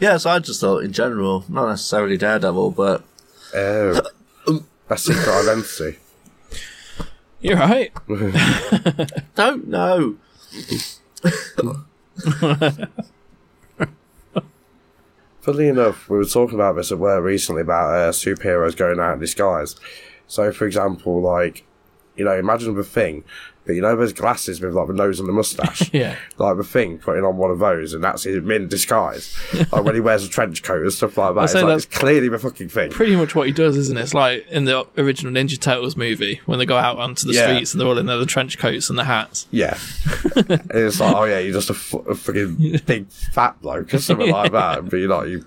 S1: Yeah, so I just thought in general, not necessarily Daredevil, but
S3: Oh, best secret identity.
S2: You're right.
S1: don't know.
S3: Funnily enough, we were talking about this at work recently about uh, superheroes going out in disguise. So, for example, like you know, imagine the thing, but you know those glasses with like the nose and the mustache.
S2: Yeah.
S3: Like the thing putting on one of those, and that's him in disguise. like when he wears a trench coat and stuff like that. It's,
S2: say
S3: like,
S2: that's-
S3: it's clearly the fucking thing.
S2: Pretty much what he does, isn't it? It's like in the original Ninja Turtles movie when they go out onto the
S3: Yeah.
S2: streets and they're all in their trench coats and the hats. (laughs)
S3: Yeah. And it's like, oh yeah, you're just a, fu- a fucking big fat bloke or something like that. But you're not, you,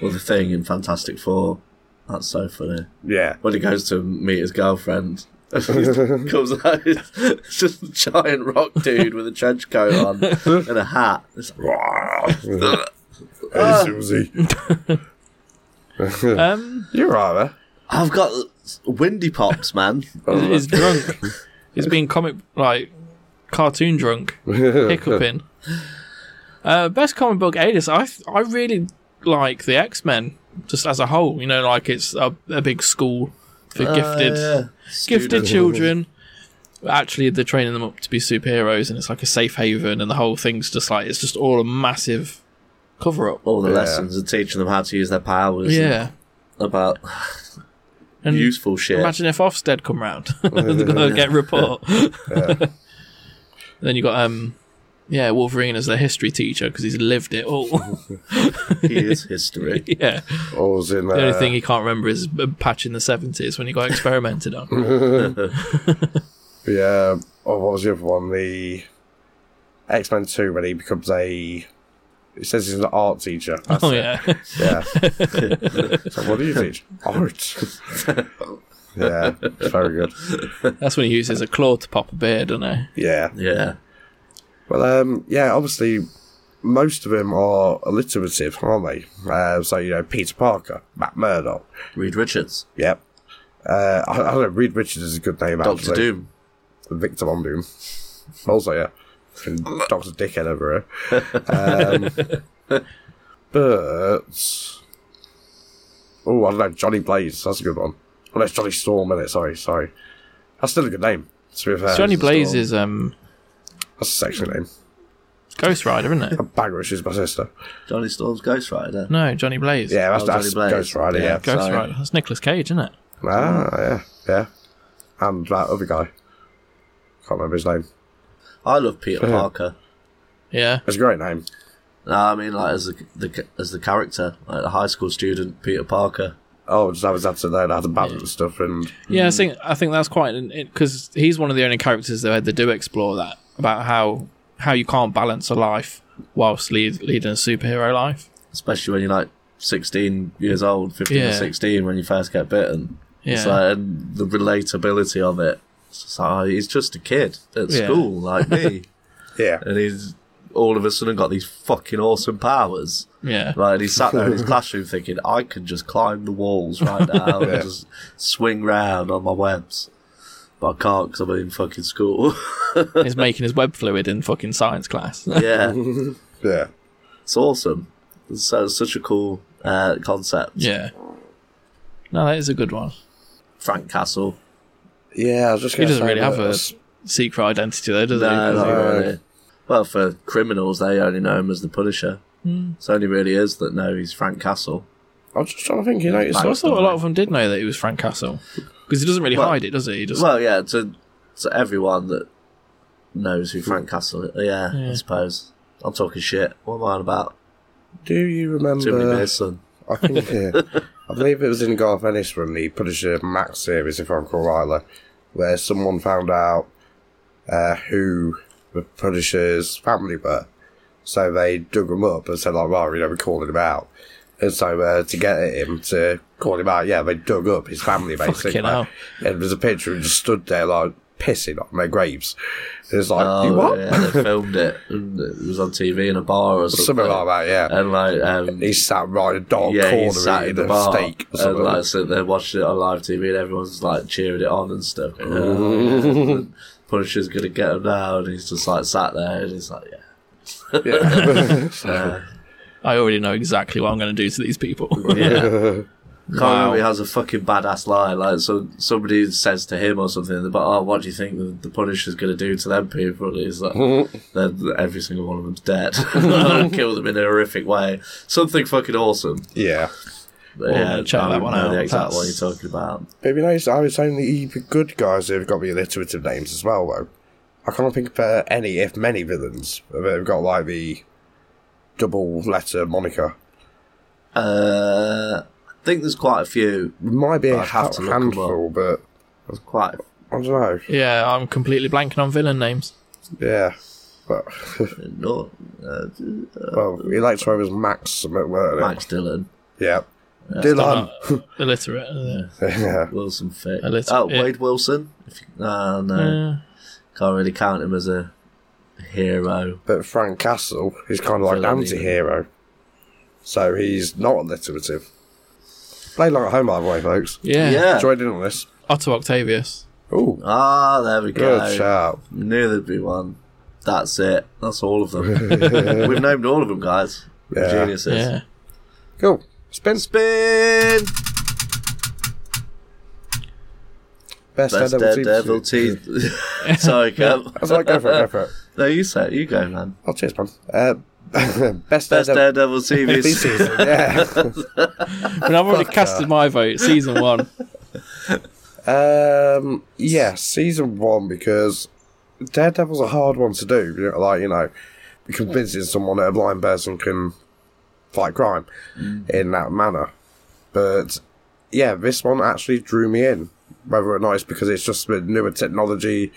S1: Well, the thing in Fantastic Four. That's so funny.
S3: yeah.
S1: When he goes to meet his girlfriend, (laughs) and comes out, (laughs) it's just a giant rock dude with a trench coat on and a hat. It's like,
S3: Hey, Susie.
S2: (laughs) Um,
S3: You're right there.
S1: I've got windy pops,
S2: (laughs)
S1: man.
S2: he's drunk. he's being comic like cartoon drunk, hiccuping. Uh, best comic book alias. I th- I really like the X Men just as a whole. You know, like it's a, a big school for
S1: Ah,
S2: gifted
S1: Uh,
S2: gifted children. Actually, they're training them up to be superheroes, and it's like a safe haven, and the whole thing's just like it's just all a massive cover up.
S1: All the
S3: Yeah.
S1: lessons and teaching them how to use their powers. and
S2: Yeah,
S1: about
S2: and
S1: useful shit.
S2: Imagine if Ofsted come round. (laughs)
S3: Oh,
S2: They're gonna get a
S3: (laughs)
S2: report. then you got um, yeah, Wolverine as their history teacher because he's lived it all. (laughs)
S1: he is history.
S2: yeah,
S3: Or was in uh,
S2: the
S3: there.
S2: only thing he can't remember is a patch in the seventies when he got experimented
S3: (laughs)
S2: on.
S3: yeah. Oh, what was the other one? The X Men 2 when he becomes a. He says he's an art teacher. That's
S2: oh
S3: it.
S2: yeah, (laughs)
S3: Yeah. so what do you teach?
S2: (laughs)
S3: Art. yeah. It's very good.
S2: that's when he uses a claw to pop a beer, doesn't he?
S3: Yeah.
S1: Yeah.
S3: Well, um, yeah, obviously, most of them are alliterative, aren't they? Uh, so, you know, Peter Parker, Matt Murdock,
S1: Reed Richards.
S3: yep. Uh, I, I don't know, Reed Richards is a good name,
S1: Doctor
S3: actually.
S1: Doom.
S3: Victor Von Doom. Also, yeah. Fucking Dr. Dickhead over here. Um,
S1: (laughs)
S3: but. Oh, I don't know, Johnny Blaze, that's a good one. Oh, that's Johnny Storm, is it? Sorry, sorry. That's still a good name, to be fair.
S2: Johnny
S3: It's a
S2: Blaze
S3: Storm.
S2: is um
S3: That's a sexy name.
S2: Ghost Rider, isn't it?
S3: Bagrish is my sister.
S1: Johnny Storm's Ghost Rider.
S2: No, Johnny Blaze.
S3: Yeah, that's,
S1: Oh,
S3: that's
S1: Johnny Blaze.
S3: Ghost Rider,
S1: Yeah.
S3: yeah.
S2: Ghost
S1: sorry.
S2: Rider. That's Nicolas Cage, isn't it?
S3: Ah, yeah, yeah. And that other guy. Can't remember his name.
S1: I love Peter Parker.
S2: Yeah.
S3: It's a great name.
S1: No, I mean like as the, the as the character, like the high school student Peter Parker.
S3: Oh, just have his answer there, had to balance and stuff, and
S2: Yeah,
S1: Hmm.
S2: I think I think that's quite because he's one of the only characters that they do explore that about how how you can't balance a life whilst lead, leading a superhero life.
S1: Especially when you're like sixteen years old, fifteen or
S2: Yeah.
S1: sixteen when you first get bitten. It's
S2: Yeah.
S1: like and the relatability of it. It's just like, oh, he's just a kid at
S2: Yeah.
S1: school like
S2: (laughs)
S1: me.
S3: yeah.
S1: and he's all of a sudden got these fucking awesome powers. (laughs)
S2: Yeah,
S1: Like, and he sat there in
S2: (laughs)
S1: his classroom thinking, I can just climb the walls right now and just swing round on my webs. But I can't because I'm in fucking school. (laughs)
S2: he's making his web fluid in fucking science class. (laughs)
S1: yeah,
S3: Yeah.
S1: it's awesome. So it's such a cool uh, concept.
S2: yeah, no, that is a good one.
S1: Frank Castle.
S3: Yeah, I was just
S2: He
S3: gonna
S2: doesn't
S3: say
S2: really
S3: that
S2: have a
S3: it's-
S2: secret identity though, does
S1: No,
S2: he?
S1: not
S3: no.
S1: really. Well, for criminals, they only know him as the Punisher.
S3: Hmm.
S1: It's only really is that know he's Frank Castle.
S3: I was just trying to think. You know, it's
S1: Back
S2: I
S3: not,
S1: That's
S2: thought a
S1: the
S2: lot
S1: way.
S2: of them did know that he was Frank Castle because he doesn't really
S1: Well-
S2: hide it, does he? He just
S1: Well, yeah, to to everyone that knows who Frank Castle is. Yeah, I suppose. I'm talking shit. What am I on about?
S3: do you remember?
S1: Jimmy Bear's son. (laughs)
S3: I think uh, I believe it was in Garth Ennis from the Punisher Max series, if I'm correct, where someone found out uh, who the Punisher's family were. So they dug him up and said, like, right, you know, we're calling him out. And so uh, to get at him, to call him out, yeah, they dug up
S1: (laughs)
S3: his family, basically.
S2: Fucking hell.
S3: And there's a picture of him just stood there, like, pissing on their graves. It's like, you
S1: Oh,
S3: what?
S1: yeah, they filmed it. (laughs) And it was on TV in a bar or something.
S3: Something like that, yeah.
S1: And like, um,
S3: He sat right in a dark
S1: yeah,
S3: corner
S1: he sat in
S3: eating
S1: the
S3: a
S1: bar
S3: steak or
S1: and
S3: something.
S1: like so they're watching it on live TV and everyone's like cheering it on and stuff. Going, "Oh, yeah, Punisher's gonna get him now, and he's just like sat there and he's like, yeah.
S2: I already know exactly what I'm going to do to these people. (laughs)
S1: Yeah. Connery has a fucking badass line. Like, so somebody says to him or something about, "Oh, what do you think the, the Punisher's going to do to them people?" And he's like, "Then every single one of them's dead. (laughs) Kill them in a horrific way. Something fucking awesome."
S3: yeah.
S1: But, yeah,
S2: check
S1: I
S2: that
S1: don't
S2: one
S1: know
S2: out.
S1: The exact
S2: That's-
S1: one you're talking about.
S3: But you notice how it's only the good guys who've got the alliterative names as well, though. I can't think of uh, any, if many, villains that have got like the double letter moniker.
S1: Uh, I think there's quite a few.
S3: Might be a
S1: I'd have
S3: ha-
S1: to look 'em
S3: handful, but
S1: There's quite. a-
S3: I don't know.
S2: yeah, I'm completely blanking on villain names.
S3: Yeah. But,
S1: Not uh,
S3: well, Electro was Max, something, weren't it?
S1: Max Dillon,
S3: Yeah. Dylan.
S2: Not illiterate. uh,
S3: (laughs) yeah.
S1: Wilson Fick.
S2: A little-
S1: Oh,
S2: yeah.
S1: Wade Wilson. If you, oh, no,
S2: uh,
S1: can't really count him as a hero.
S3: But Frank Castle is kind of like an
S1: Villain,
S3: anti hero. So he's not alliterative. Play like at home, by the way, folks.
S2: yeah.
S1: Yeah.
S3: Joined in on this.
S2: Otto Octavius.
S3: Ooh,
S1: Ah, there we go.
S3: good shout.
S1: Knew there'd be one. That's it. That's all
S3: (laughs)
S1: of them. We've named all of them, guys.
S3: Yeah.
S1: Geniuses.
S2: Yeah.
S3: Cool. Spin.
S1: Spin! Best
S3: Best, Daredevil team
S1: Daredevil
S3: suit.
S1: team.
S2: (laughs)
S1: Sorry, Kev.
S3: That's right, go for it, go for it.
S1: (laughs) No, you say it. You go, man.
S3: Oh, cheers, man. Uh, (laughs) best,
S1: Best
S3: Daredevil
S1: Daredevil
S3: (laughs)
S1: TV
S3: this
S1: series.
S3: season, (laughs) yeah.
S2: But I've already casted my vote. Season one.
S3: Um, yeah, season one, because Daredevil's a hard one to do. you know, Like, you know, convincing someone that a blind person can fight crime in that manner. But, yeah, this one actually drew me in. Whether or not it's because it's just with newer technology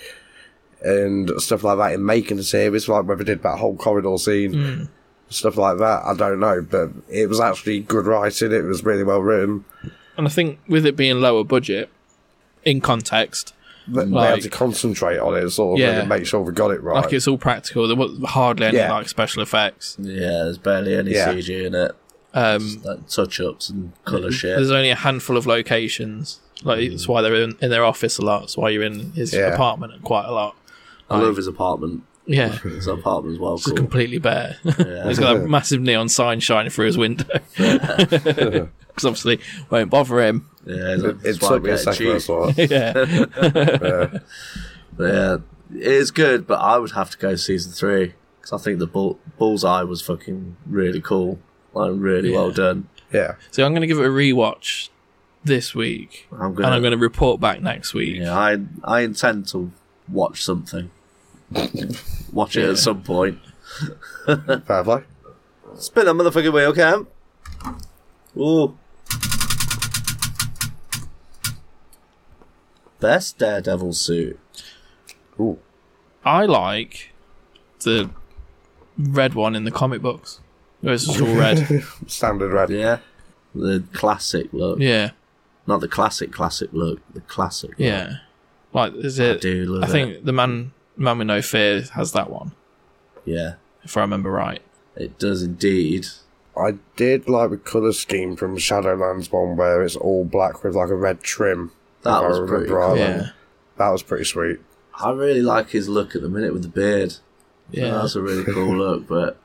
S3: and stuff like that in making the series, like whether they did that whole corridor scene, stuff like that, I don't know. But it was actually good writing, it was really well written.
S2: (laughs) And I think with it being lower budget, in context,
S3: But they had to
S2: Like-
S3: concentrate on it, sort of,
S2: Yeah.
S3: and make sure we got it right.
S2: like it's all practical. There was hardly any
S3: Yeah.
S2: like special effects.
S1: Yeah, there's barely any
S3: Yeah.
S1: CG in it.
S2: Um,
S1: Like touch ups and colour shit.
S2: there's only a handful of locations. Like that's why they're in, in their office a lot. That's why you're in his
S3: Mm. Yeah.
S2: apartment quite a lot.
S1: I love his apartment.
S3: (laughs)
S2: Yeah.
S1: His apartment's well
S2: It's
S1: cool.
S2: completely bare. (laughs) He's got a massive neon sign shining through his window.
S3: (laughs)
S2: (laughs) Because obviously, won't bother him. (laughs)
S1: Yeah, it's,
S3: it took me a second. I saw it.
S2: Yeah.
S1: Yeah, it's good, but I would have to go season three because I think the bull- bullseye was fucking really cool, like really well done.
S3: Yeah,
S2: So I'm going to give it a rewatch this week,
S1: I'm
S2: and
S1: gonna,
S2: I'm going to report back next week.
S1: yeah, I I intend to watch something, watch it at some point.
S3: fair play.
S1: Spin a motherfucking wheel, Cam. Ooh. Best Daredevil suit.
S3: Ooh,
S2: I like the red one in the comic books. where It's just all
S1: (laughs)
S2: red.
S3: standard red.
S1: Yeah. The classic look.
S2: yeah,
S1: Not the classic classic look, the classic look.
S2: yeah. Like is it? I,
S1: do love it.
S2: think the man, man with no fear, has that one,
S1: Yeah.
S2: if I remember right.
S1: It does indeed.
S3: I did like the color scheme from Shadowlands one, where it's all black with like a red trim.
S1: Oh, That
S3: if I
S1: was
S3: remember
S1: pretty
S3: right.
S1: cool.
S2: Yeah,
S3: That was pretty sweet.
S1: I really like his look at the minute with the beard.
S2: yeah.
S1: That's a really
S2: (laughs)
S1: cool look, but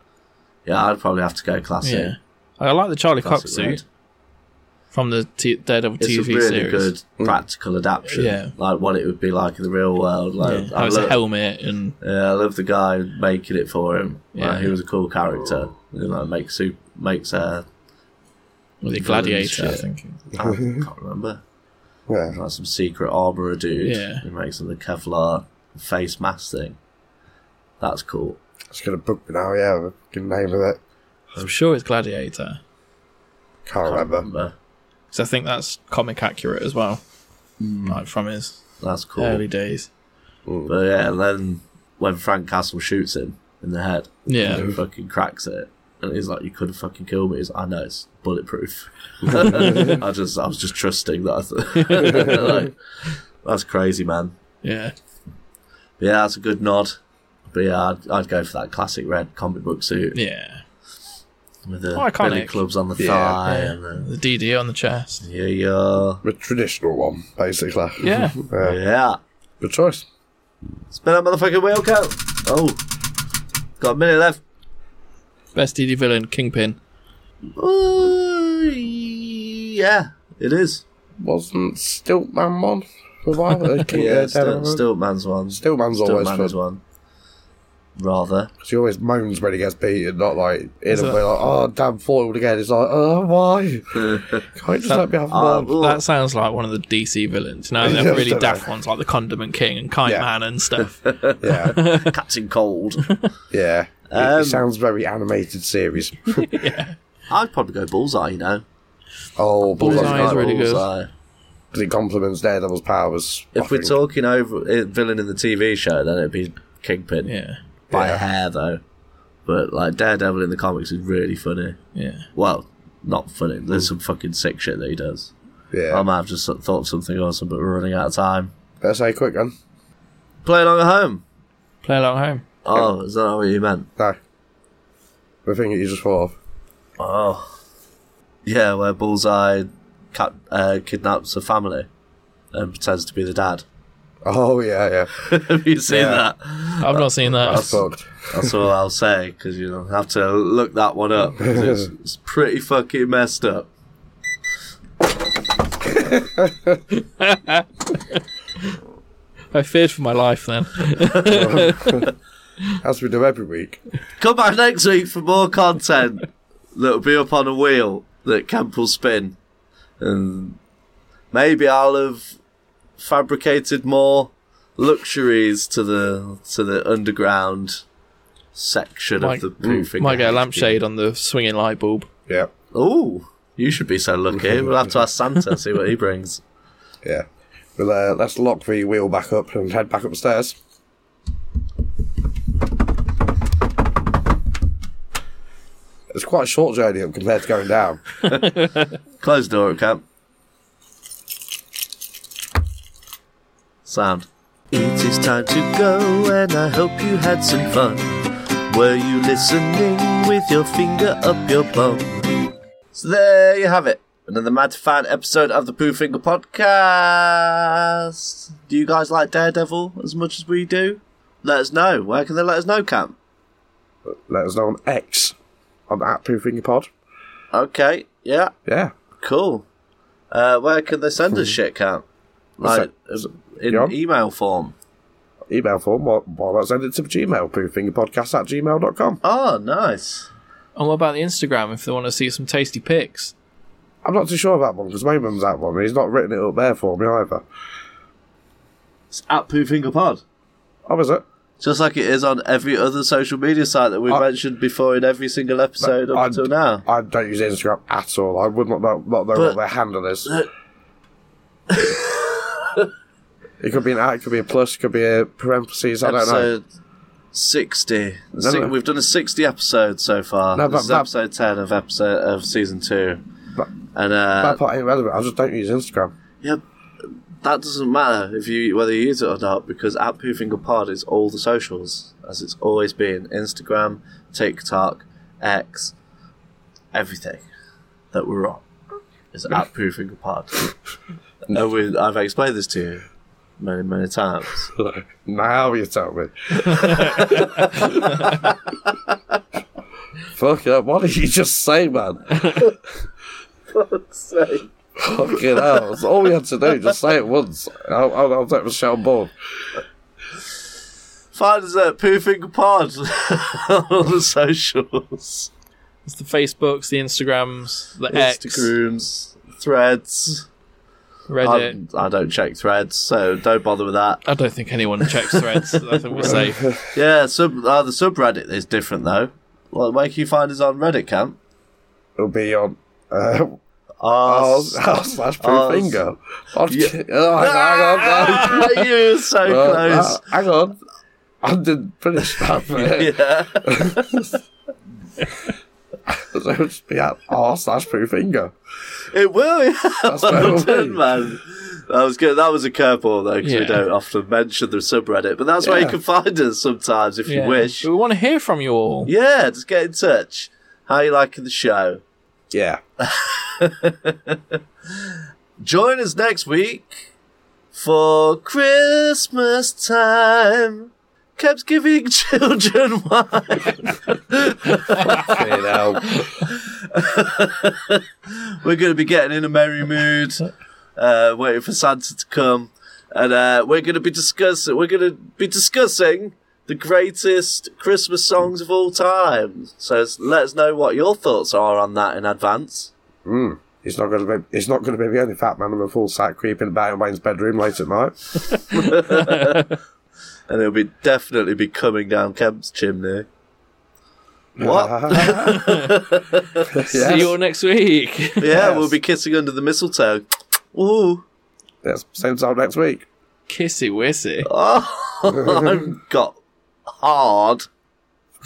S1: yeah, I'd probably have to go classic.
S2: Yeah. I like the Charlie Cox
S1: Classic
S2: suit
S1: red.
S2: from the t- Daredevil
S1: It's
S2: TV
S1: a really
S2: series.
S1: good practical adaptation.
S2: Yeah.
S1: Like what it would be like in the real world. Like,
S2: Yeah.
S1: I,
S2: Oh, it's a
S1: love-
S2: helmet and
S1: yeah, I love the guy making it for him. Like,
S2: Yeah.
S1: he was a cool character. You know, makes who makes uh,
S2: with the
S1: villains,
S2: gladiator.
S1: yeah.
S2: I think.
S1: I can't remember.
S3: Yeah.
S1: Like some secret armorer dude
S2: Yeah.
S1: who makes him the Kevlar face mask thing. That's cool.
S3: It's gonna book me now, yeah, the fucking name of it.
S2: I'm sure it's gladiator
S3: Can't
S1: Can't
S3: remember.
S1: remember.
S2: because I think that's comic accurate as well,
S3: Hmm.
S2: like from his
S1: That's cool.
S2: early days.
S1: But yeah, and then when Frank Castle shoots him in the head,
S2: Yeah.
S1: and he fucking cracks it. And he's like, "You could have fucking killed me." He's like, "I know it's
S2: (laughs)
S1: bulletproof." (laughs) I just, I was just trusting that. (laughs) I thought, like, that's crazy, man.
S2: Yeah,
S1: But yeah, that's a good nod. But yeah, I'd, I'd go for that classic red comic book suit
S2: yeah.
S1: with the
S2: Quite iconic.
S1: billy clubs on the
S3: Yeah.
S1: thigh
S2: Yeah.
S1: and the
S2: The DD on the chest.
S1: yeah, yeah,
S3: The traditional one, basically.
S2: Yeah.
S3: (laughs) yeah.
S1: yeah.
S3: Good choice.
S1: Spin that motherfucking wheel, coat. Oh, got a minute left.
S2: Best DD villain, Kingpin.
S1: Ooh, yeah, it is.
S3: Wasn't Stiltman one for
S1: (laughs)
S3: a while? Uh, King-
S1: Yeah,
S3: uh,
S1: still,
S3: Daredevil?
S1: Stiltman's one.
S3: Stiltman's always
S1: Stiltman
S3: fun.
S1: is one. Rather.
S3: Because he always moans when he gets beaten, not like in
S2: Is
S3: a
S2: it-
S3: way like, oh, damn, foiled again. It's like, oh, why? Can't you just let me have
S1: Uh,
S3: one?
S1: well,
S2: That sounds like one of the DC villains. No, they're
S3: (laughs) Yeah,
S2: really
S3: don't
S2: daft
S3: know.
S2: ones like the Condiment King and Kite
S3: Yeah.
S2: Man and
S3: (laughs)
S2: stuff.
S3: Yeah,
S1: Captain Cold.
S3: yeah. It- it,
S1: Um,
S3: sounds very animated series.
S1: I'd probably go Bullseye, you know.
S3: oh,
S2: Bullseye's
S3: Bullseye.
S1: Like
S2: really good.
S3: Because it complements Daredevil's powers. I
S1: If we're
S3: think.
S1: talking over eh, villain in the TV show, then it'd be Kingpin.
S2: Yeah,
S1: By
S3: Yeah.
S1: a hair, though. But, like, Daredevil in the comics is really funny.
S2: yeah.
S1: Well, not funny. There's some fucking sick shit that he does. I
S3: Yeah.
S1: might have just thought of something awesome, but we're running out of time.
S3: Better say quick then.
S1: Play along at home.
S2: Play along at home.
S1: Oh, is that what you meant?
S3: No. The thing that you just thought of.
S1: Oh. Yeah, where Bullseye cut, uh, kidnaps a family and pretends to be the dad. (laughs)
S3: Oh, yeah, yeah.
S1: Have you seen
S3: Yeah.
S1: that?
S2: I've not seen
S3: That's
S2: that.
S3: fucked.
S1: That's all I'll say because you'll have to look that one
S3: (laughs)
S1: up. 'cause It's, it's pretty fucking messed up.
S2: I feared for my life
S3: (laughs)
S2: then.
S3: As we do every week.
S1: Come back next week for more content that'll be up on a wheel that Camp will spin. And maybe I'll have fabricated more luxuries to the to the underground section
S2: Might-
S1: of the poofing.
S2: Might get a lampshade on the swinging light bulb.
S3: Yeah,
S1: Ooh, you should be so lucky. We'll have to ask Santa see what he brings.
S3: yeah. Well, uh, let's lock the wheel back up and head back upstairs. It's quite a short journey up compared to going down.
S1: Close the door at camp. Sound. It is time to go, and I hope you had some fun. Were you listening with your finger up your bum? So there you have it. Another mad fan episode of the Pooh Finger Podcast. Do you guys like Daredevil as much as we do? Let us know. Where can they let us know, Camp?
S3: Let us know on X on at Proofing Pod.
S1: Okay, yeah,
S3: Yeah.
S1: Cool. Uh, where can they send us shit, Cat? Like in
S3: John?
S1: email form.
S3: Email form, or, or let's send it to Gmail, prooffingerpodcast at gmail.com.
S1: Oh, nice.
S2: And what about the Instagram if they want to see some tasty pics?
S3: I'm not too sure about one because my mum's that one. and He's not written it up there for me either.
S1: It's at Poo Finger Pod.
S3: Oh, is it?
S1: Just like it is on every other social media site that we've
S3: I-
S1: mentioned before in every single episode up
S3: I-
S1: until now.
S3: I don't use Instagram at all. I would not know, not know
S1: But-
S3: what their handle is.
S1: Uh,
S3: It could be an at, it could be a plus, it could be a parentheses. I don't know.
S1: episode 60.
S3: No,
S1: Si-
S3: no.
S1: We've done a 60 episode so far.
S3: No,
S1: this
S3: but
S1: is
S3: that-
S1: episode 10 of episode of season 2.
S3: But-
S1: and uh,
S3: that part ain't relevant. I just don't use Instagram. (laughs)
S1: Yeah, that doesn't matter if you whether you use it or not because at Poofinger Pod is all the socials as it's always been Instagram, TikTok, X, everything that we're on is at Poofinger Pod. and we, I've explained this to you many many times.
S3: now you
S1: (laughs)
S3: tell me. Fuck up! What did you just say, man? Fucking hell. That's all we had to do. Just say it once. I'll, I'll, I'll let Michelle board.
S1: Find us at Poofing Pod (laughs) on all the socials.
S2: It's the Facebooks, the Instagrams, the X,
S1: Instagrams, threads.
S2: Reddit.
S1: I, I don't check threads, so don't bother with that.
S2: I don't think anyone checks threads. (laughs) I think we're safe.
S1: Yeah, sub, uh, the subreddit is different though. Well, where can you find us on Reddit, Camp?
S3: It'll be on. Uh,
S1: Oh, (laughs)
S3: I'll, I'll slash
S1: I'll-
S3: Proofing. Oh, hang
S1: (laughs)
S3: on. no.
S1: you were so
S3: Uh,
S1: close.
S3: uh, hang on. I didn't finish that bit.
S1: (laughs) yeah.
S3: So it'll just be at r slash Proofing.
S1: It will. Yeah.
S3: That's what
S1: well
S3: it'll be.
S1: done, man. That was good. That was a curveball though, because we
S2: Yeah.
S1: don't often mention the subreddit, but that's where you
S3: Yeah.
S1: can find us sometimes if
S2: Yeah.
S1: you wish.
S2: But we want to hear from you all.
S1: Yeah, just get in touch. How you liking the show?
S3: Yeah.
S1: Join us next week for Christmas time. Kept giving (laughs) children wine.
S3: (laughs) Fucking hell.
S1: We're going to be getting in a merry mood, uh, waiting for Santa to come, and uh, we're going to be discussing. We're going to be discussing the greatest Christmas songs of all time. So s- let us know what your thoughts are on that in advance.
S3: It's not going to be. It's not going to be the only fat man in a full sack creeping about in Wayne's bedroom late at night.
S1: And it'll be definitely be coming down Kemp's chimney. What? (laughs)
S2: See
S3: (laughs) Yes.
S2: you all next week. (laughs)
S1: Yeah, we'll be kissing under the mistletoe. Ooh,
S3: Yes, same time next week.
S2: Kissy wissy.
S1: I've got hard,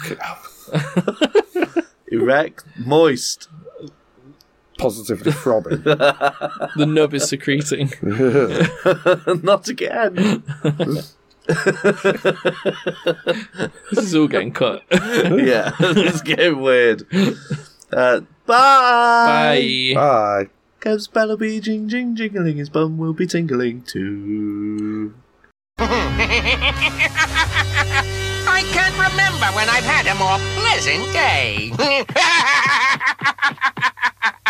S1: (laughs) erect, moist. (laughs)
S3: Positively throbbing.
S2: The nub is (laughs) secreting.
S1: Not again.
S2: This is all getting cut.
S1: yeah, (laughs) it's getting weird. Uh, bye.
S2: Bye.
S3: Bye.
S1: Kev's bell be jing jing jingling, his bum will be tingling too.
S6: I can't (laughs) remember when I've had a more pleasant day.